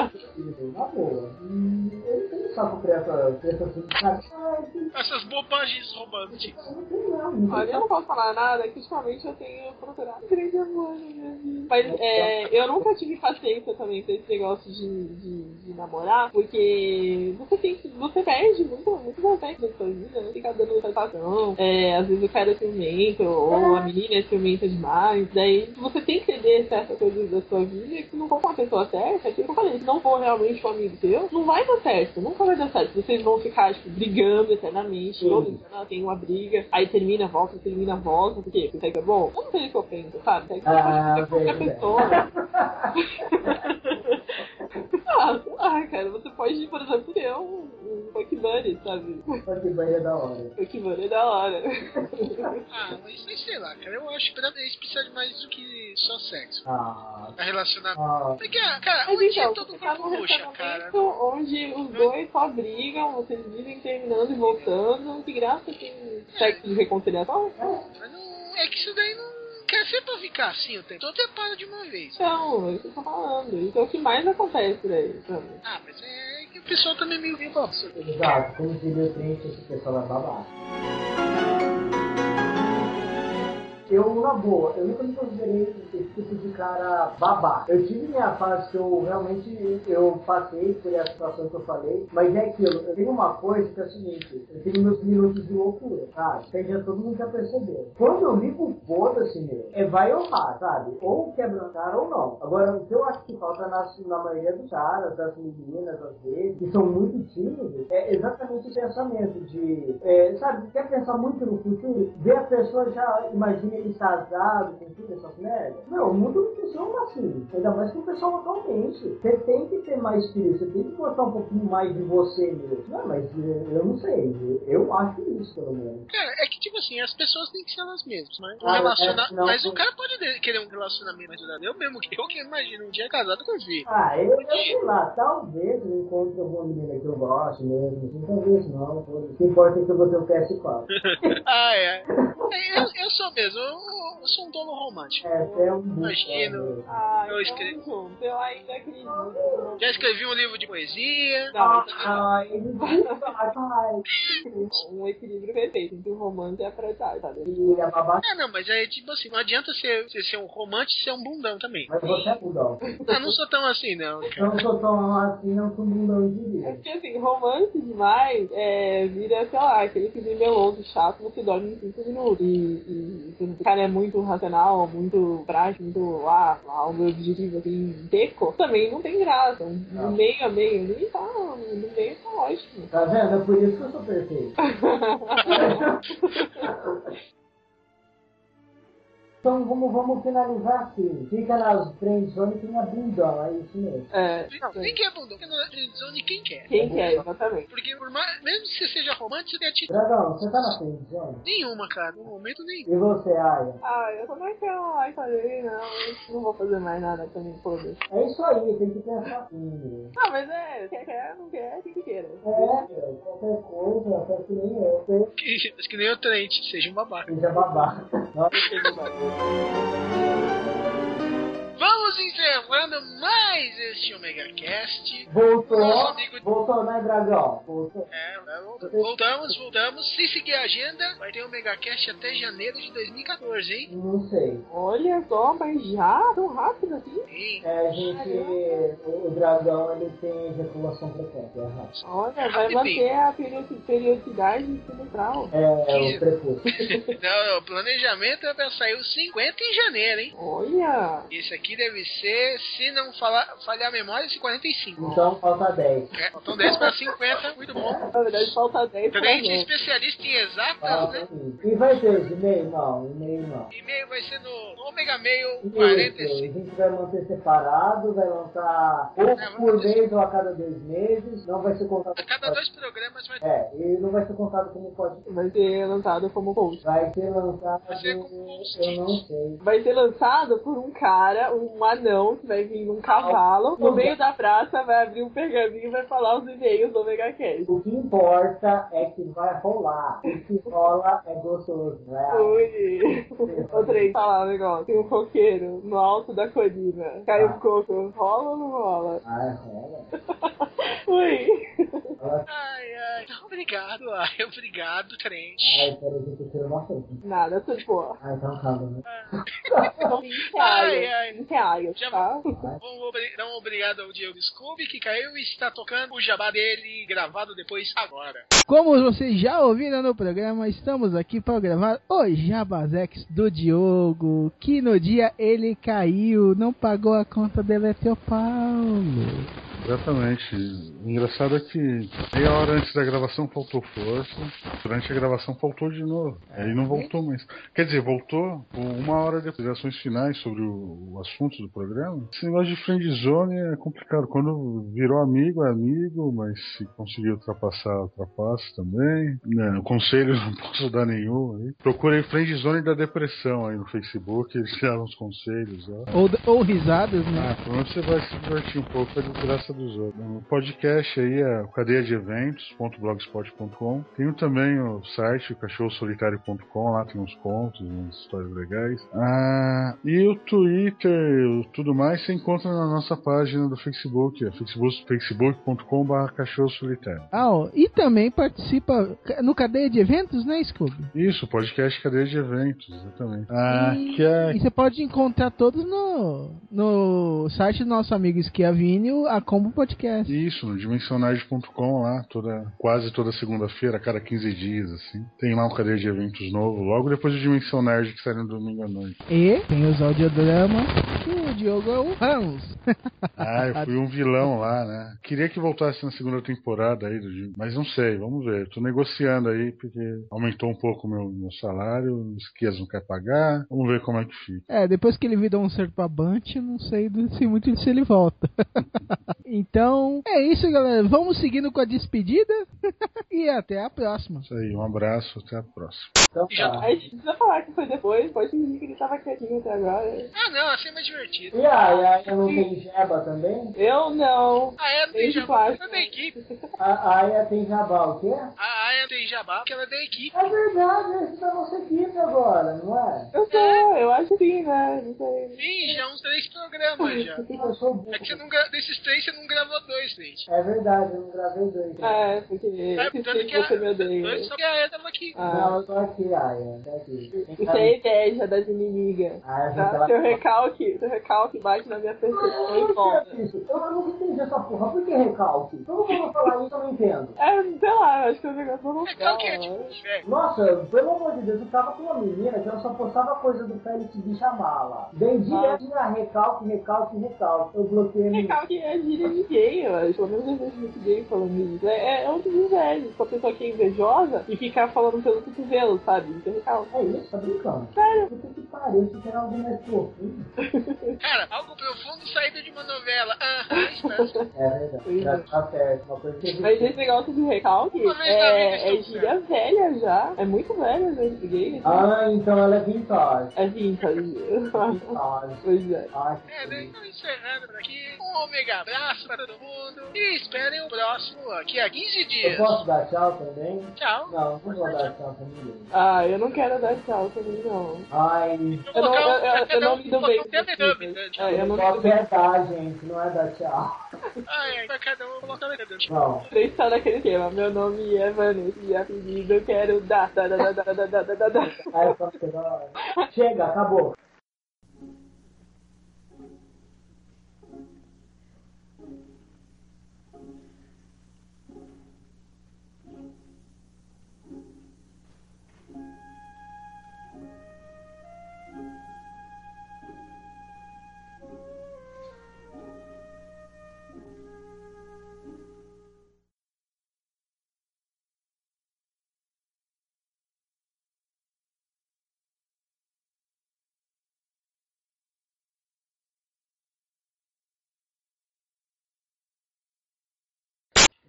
Na boa. E eu tenho saco pra essa, pra essa assim, cara. Ai, tem- Essas bobagens tipo, românticas. não tem nada. não tem Olha, eu não posso falar nada, que ultimamente eu tenho procurado grande amor na minha vida. Mas é, eu nunca tive paciência também pra esse esse negócio de, de, de namorar, porque você tem que. Você perde muito, muitos aspectos da sua vida, né? Fica dando satisfação. É, às vezes o cara é ciumento, ou a menina é ciumenta demais. Daí você tem que ceder certas coisas da sua vida que não for com a pessoa certa, que eu falei, se não for realmente um amigo seu, não vai dar certo, nunca vai dar certo. Vocês vão ficar, tipo, brigando eternamente, toda semana tem uma briga, aí termina, volta, termina, volta, por quê? Porque sexo é bom? Eu não sei o que eu penso, sabe? Sexo é Ah, pra qualquer verdade. pessoa. ah, sei lá, cara, você pode, por exemplo, ter um, um Fuck Bunny, sabe? Porque vai é da hora. Fuck Bunny é da hora. Ah, mas sei, sei lá, cara. Eu acho que pra eles precisam de mais do que só sexo. Ah, Pra relacionamento. ah, Porque, ah, cara, Mas um dia então, todo você tá mundo num roxa, cara. Hum? relacionamento onde os dois só brigam, vocês vivem terminando e voltando, que graça É. tem sexo de reconciliação? Mas não, é que isso daí não quer ser pra ficar assim o tempo todo. Você para de uma vez. Então, é isso que eu tô falando. Isso é o que mais acontece por aí, sabe? Ah, mas é que o pessoal também é meio meio babaca. exato. Como diria o cliente, esse pessoal é babaca. Eu, na boa, eu nunca me considerei esse tipo de cara babá. Eu tive minha fase que eu realmente eu passei por essa situação que eu falei, mas é aquilo, eu tenho uma coisa que é o seguinte, eu tenho meus minutos de loucura, sabe? Isso aí já todo mundo já percebeu. Quando eu ligo, foda-se, meu, é vai ou vai, sabe? Ou quebra a cara ou não. Agora, o que eu acho que falta na, na maioria dos caras, das meninas, às vezes, que são muito tímidos, é exatamente o pensamento de, é, sabe, quer pensar muito no futuro, vê a pessoa já imagina ele casado, com tudo essas merdas. Não, o mundo não funciona assim. Ainda mais com o pessoal atualmente. Você tem que ter mais espírito, você tem que mostrar um pouquinho mais de você mesmo. Não, mas eh, eu não sei. Eu acho isso, pelo menos. Cara, é que tipo assim, as pessoas têm que ser elas mesmas, mas Ah, relaciona... é, não, mas não. o cara pode de- querer um relacionamento mais verdadeiro. Eu mesmo que eu que imagino um dia casado com o Vi. Ah, eu, eu sei lá, talvez eu encontre alguma menina que eu goste mesmo. assim, Talvez não. O que importa é que eu vou ter um PS4. Ah, é. É, Eu, eu sou mesmo, eu, eu sou um dono romântico. É, você é um bicho, Imagino. né? Ah, Eu então, escrevi. junto, eu é ainda acredito. Já escrevi um livro de poesia. Não, Ai, ai, um equilíbrio perfeito entre o romance e a praia, sabe? ele é babaca, É, não, mas é tipo assim, não adianta ser, você ser um romântico e ser um bundão também. mas você é bundão. Eu não sou tão assim, não, cara. Eu não sou tão assim, não sou bundão de É vida. porque assim, romance demais é, vira, sei lá, aquele que vive longo, chato, você dorme em 5 minutos. E, e quando o cara é muito racional, muito prático, muito, ah, lá, o meu objetivo assim, seco, também não tem graça. Um Não. um meio a meio ali tá, no meio tá ótimo. Tá vendo? É por isso que eu sou perfeito. Então vamos, vamos finalizar aqui. Fica nas trends zone tem a bundão, é isso mesmo. É, Não, nem quem é bundão, porque não é prisão de quem quer. quem quer, exatamente. Porque por mais, mesmo que você seja romântico, você tem atitude Dragão, você tá na trend zone? nenhuma, cara. No momento nenhum. [laughs] E você, Aya? Ah, eu tô naquela lá e falei, não, não vou fazer mais nada pra mim, foda-se. É isso aí, tem que pensar assim. meu. Ah, mas é, quem quer, não quer, quem que queira. É, meu, qualquer coisa, até que nem eu, você Que, que nem o Trent, seja um babaca. seja babaca. Vamos encerrando mais este Omega Cast. Voltou, Nosso amigo- voltou, né, Dragão? Voltou. É, voltamos, voltamos. Se seguir a agenda, vai ter Omega Cast até janeiro de 2014, hein? Não sei. Olha só, mas já, tão rápido assim? Sim. É, a gente, o, o dragão ele tem ejaculação precoce, é errado. Olha, vai manter a periodi- periodicidade central. É, o prepúcio. Não, Então, o planejamento é pra sair os 50 em janeiro, hein? Olha! Esse aqui deve ser, se não falar, falhar a memória, esse 45. Então falta 10. É, faltam 10 para 50, muito bom. Na verdade, falta 10 pra Trent, mim. é especialista em Ah, exatas, né? sim. um. E vai ter os e-mail? Não, e-mail não. E-mail vai ser no Omega Mail Isso, 45. a gente vai manter separado, vai lançar ou por mês ou a cada dois meses, não vai ser contado A cada dois programas vai ter. É, e não vai ser contado como pode. Vai ser lançado como post. Vai ser lançado, Vai ser como eu não sei. Vai ser lançado por um cara, um anão, que vai vir num cavalo. No meio da praça vai abrir um pergaminho e vai falar os e-mails do Omega Cast. O que importa é que vai rolar. O que rola é gostoso, né? Ui! O trem falar o negócio. Tem um coqueiro no alto da colina. Cai um coco. é, Rola ou não rola? Ah, rola. Ui! Ai, ai. Obrigado, ai, obrigado, crente. Ai, peraí, Ah, eu tô tirando uma frente. Nada, tô de boa. Ah, então calma, né? São 20 Ai, reais. ai. 20 reais, Já tá? Vamos obri- dar um obrigado ao Diego Scooby, que caiu e está tocando o jabá dele, gravado depois agora. Como vocês já ouviram no programa, estamos aqui para gravar o Jabazex do Diogo, que no dia ele caiu, não pagou a conta dele é até o Paulo. Exatamente. O engraçado é que meia hora antes da gravação faltou força, durante a gravação faltou de novo. Aí não voltou mais. Quer dizer, voltou com uma hora de considerações finais sobre o, o assunto do programa. Esse negócio de friend zone é complicado. Quando virou amigo, é amigo, mas se conseguir ultrapassar, ultrapassa também. Não, conselho [laughs] não posso dar nenhum. Aí. Procurei friend zone da depressão aí no Facebook, eles davam os conselhos lá. Ou, ou risadas, né? Ah, pelo menos você vai se divertir um pouco com a desgraça dos outros. O podcast aí é o cadeia de eventos.blogspot.com. Tem também o site o cachorrossolitário.com, lá tem uns contos, umas histórias legais. Ah, e o Twitter o tudo mais você encontra na nossa página do Facebook, é facebook- facebook.com.br cachorro solitário. Ah, ó, e também participa no cadeia de eventos, né, Scooby? Isso, podcast cadeia de eventos, exatamente. Ah, que é E você pode encontrar todos no, no site do nosso amigo Schiavini, o a Combo Podcast. Isso, no dimensionais.com lá, toda, quase toda segunda-feira, a cada 15 dias, assim. Tem lá um cadeia de eventos novo, logo depois do Dimensão Nerd que sai no domingo à noite. E tem os audiodramas, que o Diogo é o Hans. [laughs] Ah, eu fui um vilão lá, né? Queria que voltasse na segunda temporada aí, do Dim- mas não sei, vamos ver. Eu Tô negociando aí, porque aumentou um pouco o meu, meu salário, o Esquias não quer pagar, vamos ver como é que fica. É, depois que ele virou um ser babante, não sei do- se muito se ele volta. [laughs] então, é isso, galera. Vamos seguindo com a despedida [laughs] e até a próxima. Isso aí, um abraço, até a próxima. Então tá. A gente precisa falar que foi depois, pode fingir que ele tava quietinho até agora. Ah, não, assim é mais divertido. E aí, aí não tem jaba também? Eu não. A Aya não tem Beijo, jabá, Cláudio. ela é da equipe. tá- A Aya tem jabá, o quê? A Aya tem jabá, porque ela é da equipe. É verdade, esse tá nossa equipe agora, não é? Eu sou, eu acho que sim, né? Não sei. Sim, já uns três programas já. Eu sou burro. É que você não gra- desses três você não gravou dois, gente. É verdade, eu não gravei dois. É, porque eu sei que você me odeia. Tá, dois, só que a Aya tava aqui. Ah, Não, eu tô aqui, Aya, tô aqui. Tem isso é inveja das inimigas. Ah, essa Tá? tela- Seu é recalque, seu recalque bate na minha percepção e volta. é Eu não entendi essa porra, por que recalque? Todo mundo falar isso, eu não entendo. É, sei lá, acho que o negócio não É claro que é né? tipo, velho. Nossa, pelo amor de Deus, eu tava com uma menina que ela só postava coisa do Félix Bichamala. Daí direto na recalque, recalque, recalque. Eu bloqueei a menina. Recalque é gíria de gay, eu acho. Pelo menos eu vejo muito gay falando isso. É, é, é um dos invejas. Pra pessoa que é invejosa e ficar falando pelo cotovelo, sabe? Isso é recalque. É isso, tá brincando. Sério? Puta que pariu, se quer algo mais profundo. é, Cara, algo profundo saído de uma novela. Aham, está. É verdade, Pois já é. tá certo. Uma coisa que eu Mas esse é negócio de recalque Uma vez na vida é, é estou gíria velha já. É muito velha, né? De gay. Assim. Ah, então ela é vintage. É vintage. [laughs] Vintage. pois é. Ah, que É, né? bonito. Então encerrando por aqui. Um ômega abraço pra todo mundo. E esperem o próximo aqui a 15 Eu dias. posso dar tchau também? Tchau. Não, não vou dar tchau pra ninguém. Ah, eu não quero dar tchau também, não. Ai, Eu não, eu, eu, eu Cada não um me dou botou bem. um teletubbies, né? É, eu não me só dou bem. apertar, gente, não é dar tchau. Ai, ai, pra cada um colocar o dedo. Não. Três tá naquele tema. Meu nome é Vanessa e apelido eu quero dar. dar, dar, dar, dar, dar, dar, dar. Aí eu falo, "Não, Chega, acabou.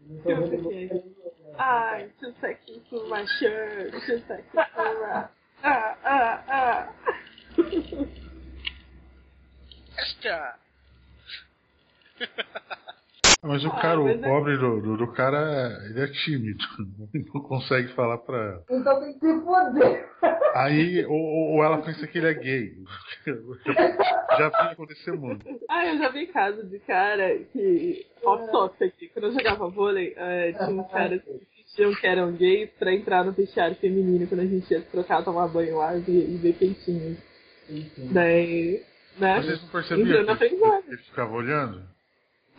Não tô vendo você. Ai, tá too sexy for my shirt. tá Too sexy for my... Ah, ah, ah. Esta. [laughs] Ah, Mas o cara, mas o é- pobre do, do, do cara, ele é tímido, [laughs] não consegue falar pra... Então tem que se foder. Aí, ou, ou- ou ela pensa que ele é gay. [laughs] Já vi acontecer muito. Ah, eu já vi caso de cara que. Off topic, quando eu jogava vôlei, eh, tinha um cara que se fingiam que eram gays pra entrar no vestiário feminino quando a gente ia se trocar, tomar banho lá e, e ver peitinhos. Daí, né? Mas vocês não Entrou percebiam na que ele, aprendizagem. ele ficava olhando?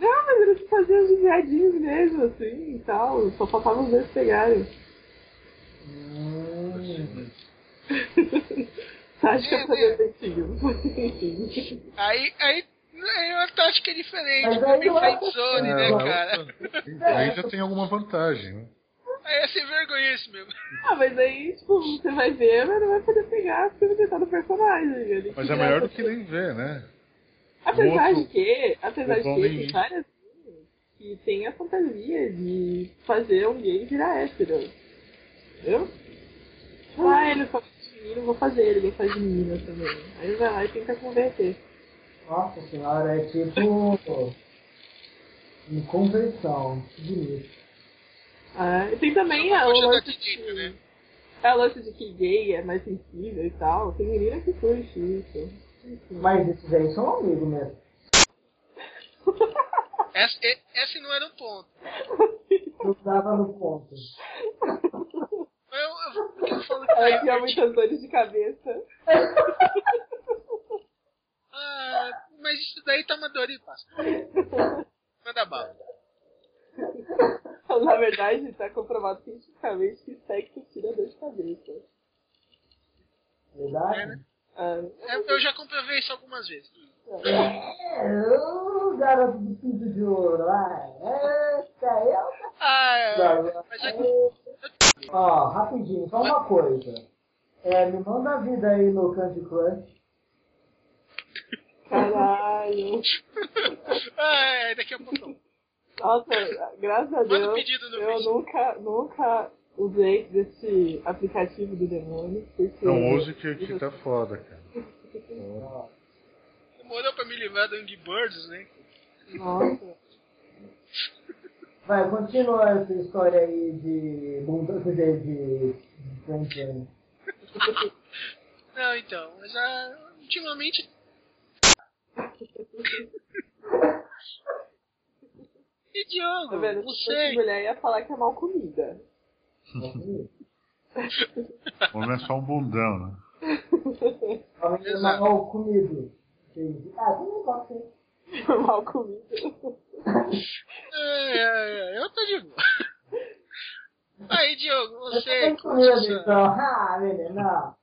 Não, mas eles faziam os viadinhos mesmo, assim, e tal. Só faltava os dois pegarem. [laughs] Tática pra ver [laughs] peitinhos. Enfim. Aí, aí é uma tática diferente, Mas pra aí mim não é- friendzone, né, lá, cara? opa, Aí já tem alguma vantagem, né? [laughs] Aí é sem vergonha isso mesmo. Ah, mas aí, tipo, você vai ver, mas não vai poder pegar porque você tá no personagem. Ele Mas é cria melhor do essa- que nem ver, né? Apesar outro- de que, apesar de outro que homem. tem várias meninas que tem a fantasia de fazer um gay virar hétero. Entendeu? Tipo, Ah, ele faz de menino, vou fazer ele, ele faz de menina também. Aí vai lá e tenta converter. Nossa senhora, é tipo. Em conversão. Que bonito. Ah, e tem também a, o Puxa da lance Titito, né? é o lance de que gay é mais sensível e tal. Tem menina que curte isso. [laughs] Mas esses aí são amigos mesmo. Esse, e- esse é, não era o ponto. Eu dava no ponto. tá Mas eu, eu, por que eu falo que tá Ela tinha divertido? muitas dores é de cabeça. Ah, mas isso daí tá uma dor e passa. Manda bala. Na verdade, tá comprovado cientificamente que sexo tira dor de cabeça. Verdade? Ah, É, Eu já comprovei isso algumas vezes. É, ô garoto de pinto de ouro. Ai, essa eu. Ah, Tá. é, mas é, Ó, rapidinho, só uma coisa. É, me manda a vida aí no Candy Crush. Caralho. [laughs] ah, é, daqui a pouco não. Nossa, graças a Manda um Deus, pedido no eu vídeo. nunca, nunca usei desse aplicativo do demônio. Porque Não use É que, que tá foda, cara. Demorou pra me livrar do Angry Birds, né? Nossa. Vai, continua essa história aí de bunda de, de, de Friendzone. [laughs] Não, então, mas ah, ultimamente. [laughs] e Tá Diogo, vendo? Se fosse você. mulher ia falar que é mal comida. [laughs] Homem é só um bundão, né? Homem de Exato. mal comido. Entendi. Ah, tem um negócio aí. mal comida. É, é, é, eu tô de boa. Aí, Diogo, você. Tem comido, então. [laughs] Ah, menino, não.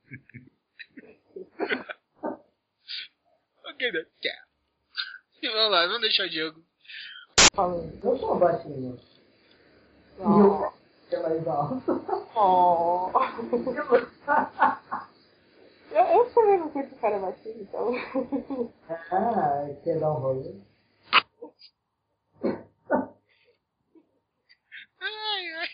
Ok, né? Tá. E Vamos lá, vamos deixar o Diogo. Falando. Eu sou baixinho. Ah. E eu Oh. é mais alto. [laughs] Oh. [laughs] Eu, eu também não curto o cara baixinho, então. Ah, quer dar um rolê? Ai, ai.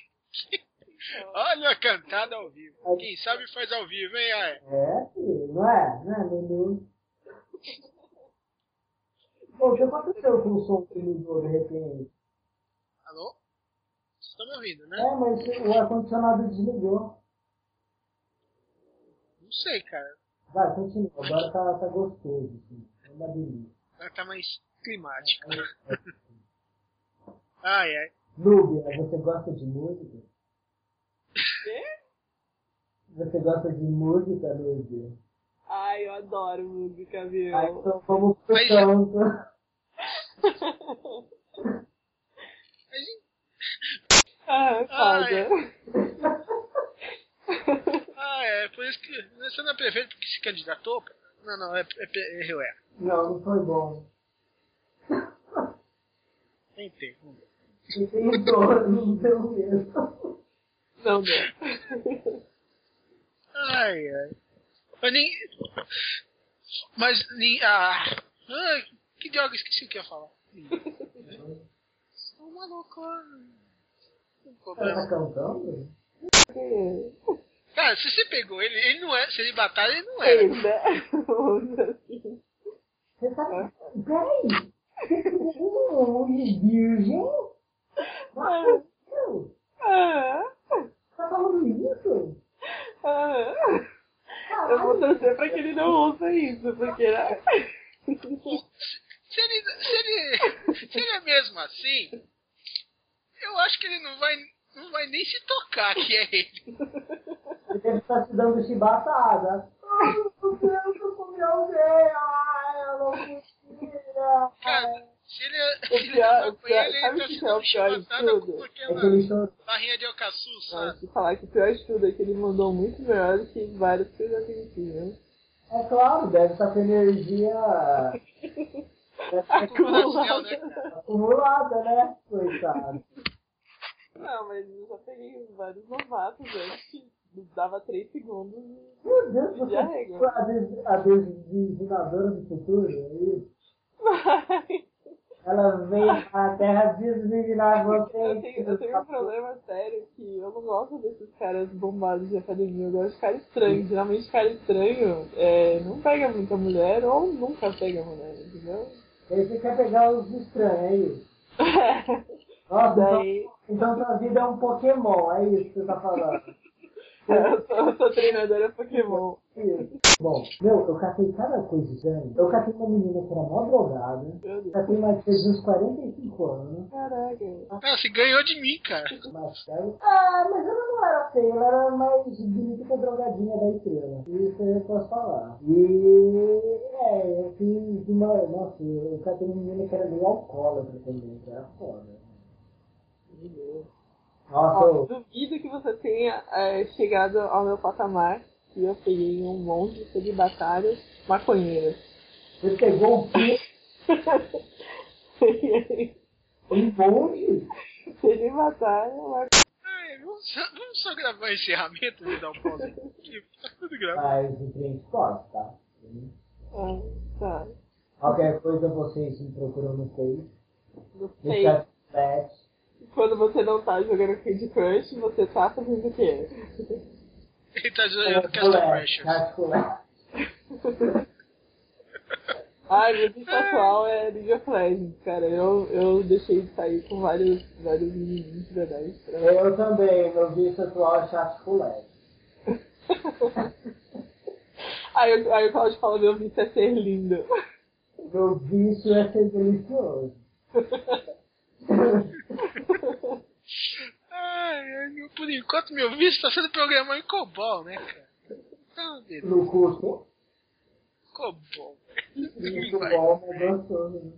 Olha a cantada ao vivo. Quem sabe faz ao vivo, hein, ai? É, filho, não é? Não é, Lulu? Pô, o que aconteceu com o som que ligou de repente? Alô? Vocês estão me ouvindo, né? É, mas o ar-condicionado desligou. Não sei, cara. Vai, continua. Agora tá, tá gostoso. Assim. É uma delícia. Ela tá mais climática. Ai, ai. Núbia, você gosta de música? Quê? Você gosta de música, Núbia? Ai, eu adoro música, viu? Ah, então vamos pro Mas já- canto. [laughs] [laughs] Ah, Ai. foda. Ah, é, por isso que você não é prefeito porque se candidatou? cara? Não, não, é, é, é, é, é. Não, não foi bom. Nem tem. E tem dor, não deu mesmo. [laughs] Não, não. [laughs] Ai, ai. Mas nem. Mas nem. Ah, ah, que droga, esqueci o que eu ia [laughs] falar. Sou uma loucura. Não tem Ela problema. tá cantando? é? Cara, se você pegou ele, ele não é. Se ele batalha, ele não era. Ainda. Você tá. Peraí! Você pegou um olho virgem? Nossa, meu, Ah, tá falando isso? ah. Eu vou Caralho! torcer pra que ele não ouça isso, porque. né? Se [laughs] ele, se ele, se ele é mesmo assim, eu acho que ele não vai não vai nem se tocar que é ele. Ele deve estar se tá dando chibatada. Ai, meu Deus, eu comi alguém. Ai, a loucura. Cara, se ele, é- se O ele pior- não o pior- apanhar, ele sabe o tá que se que é o dando pior de chibatada com tudo? É que ele aquela chorou. barrinha de alcaçu, Mas sabe? se falar que o pior de tudo é que ele mandou muito melhor do que vários que eu já vi aqui, né? É claro, deve estar com energia Marcel, né, cara? acumulada, né? Coitado. Não, mas eu já peguei vários novatos antes que dava 3 segundos e [laughs] Meu Deus, você Já é, né? foi a des- a desvinadora do futuro, é isso? vai. Ela veio pra terra desvinar Eu vocês. tenho, eu tenho um problema sério que eu não gosto desses caras bombados de academia, eu gosto de cara estranho. Geralmente cara estranho é, não pega muita mulher ou nunca pega mulher, entendeu? [laughs] Aí você quer pegar os estranhos, é isso? Nossa, Daí então, então sua vida é um Pokémon, é isso que você tá falando. eu sou, eu sou treinadora Pokémon. É Isso. Bom, meu, eu catei cada coisa estranha. Eu catei uma menina que era mó drogada. Meu Deus. Já tem mais de uns 45 anos. Caraca. Ah, você ganhou de mim, cara. Mas, ah, mas ela não era feia, ela era mais bonita que a drogadinha da estrela. Isso eu posso falar. E é, eu fiz uma. Nossa, eu catei uma menina que era meio alcoólatra também, que era foda. Meu Deus. Nossa, Ó, eu- duvido que você tenha é, chegado ao meu patamar que eu peguei um monte de celibatárias [laughs] maconheiras. você pegou o quê? Um bonde? Celibatária maconheira. Ai, vamos, só, vamos só gravar o encerramento e dar um pause aqui. Tá tudo gravado. Mas o cliente pode, tá? Ah, tá. Qualquer coisa vocês me procuram no Face, No no Face. chat, chat. Quando você não tá jogando Candy Crush, você tá fazendo o quê? Ele tá Chat jogando Castle Colette, Crashers. chat Colette. Ai, meu vídeo atual é League of Legends, cara. Eu, eu deixei de sair com vários, vários menininhos de verdade. [laughs] pra- Eu também, meu vício atual é chat Colette. Aí, eu- aí o Claudio fala, meu vício é ser lindo. Meu vício é ser delicioso. Ai, ai, meu- por enquanto meu vício tá sendo programado em COBOL, né, cara? Tá uma delícia. No curso, COBOL. muito bom, mas gostoso. né?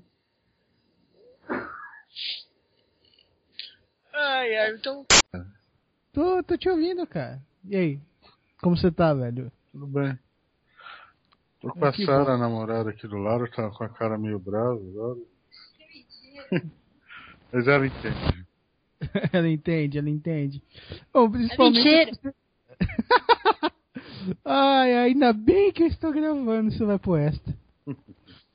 Ai, ai, então. Tô, tô te ouvindo, cara. E aí? Como você tá, velho? Tudo bem. Tô com a Que Sara, a namorada aqui do lado, tá com a cara meio brava agora. [laughs] Mas ela entende. [laughs] ela entende, ela entende. Bom, principalmente. mentira. você- [laughs] Ai, ainda bem que eu estou gravando, isso vai pro extra.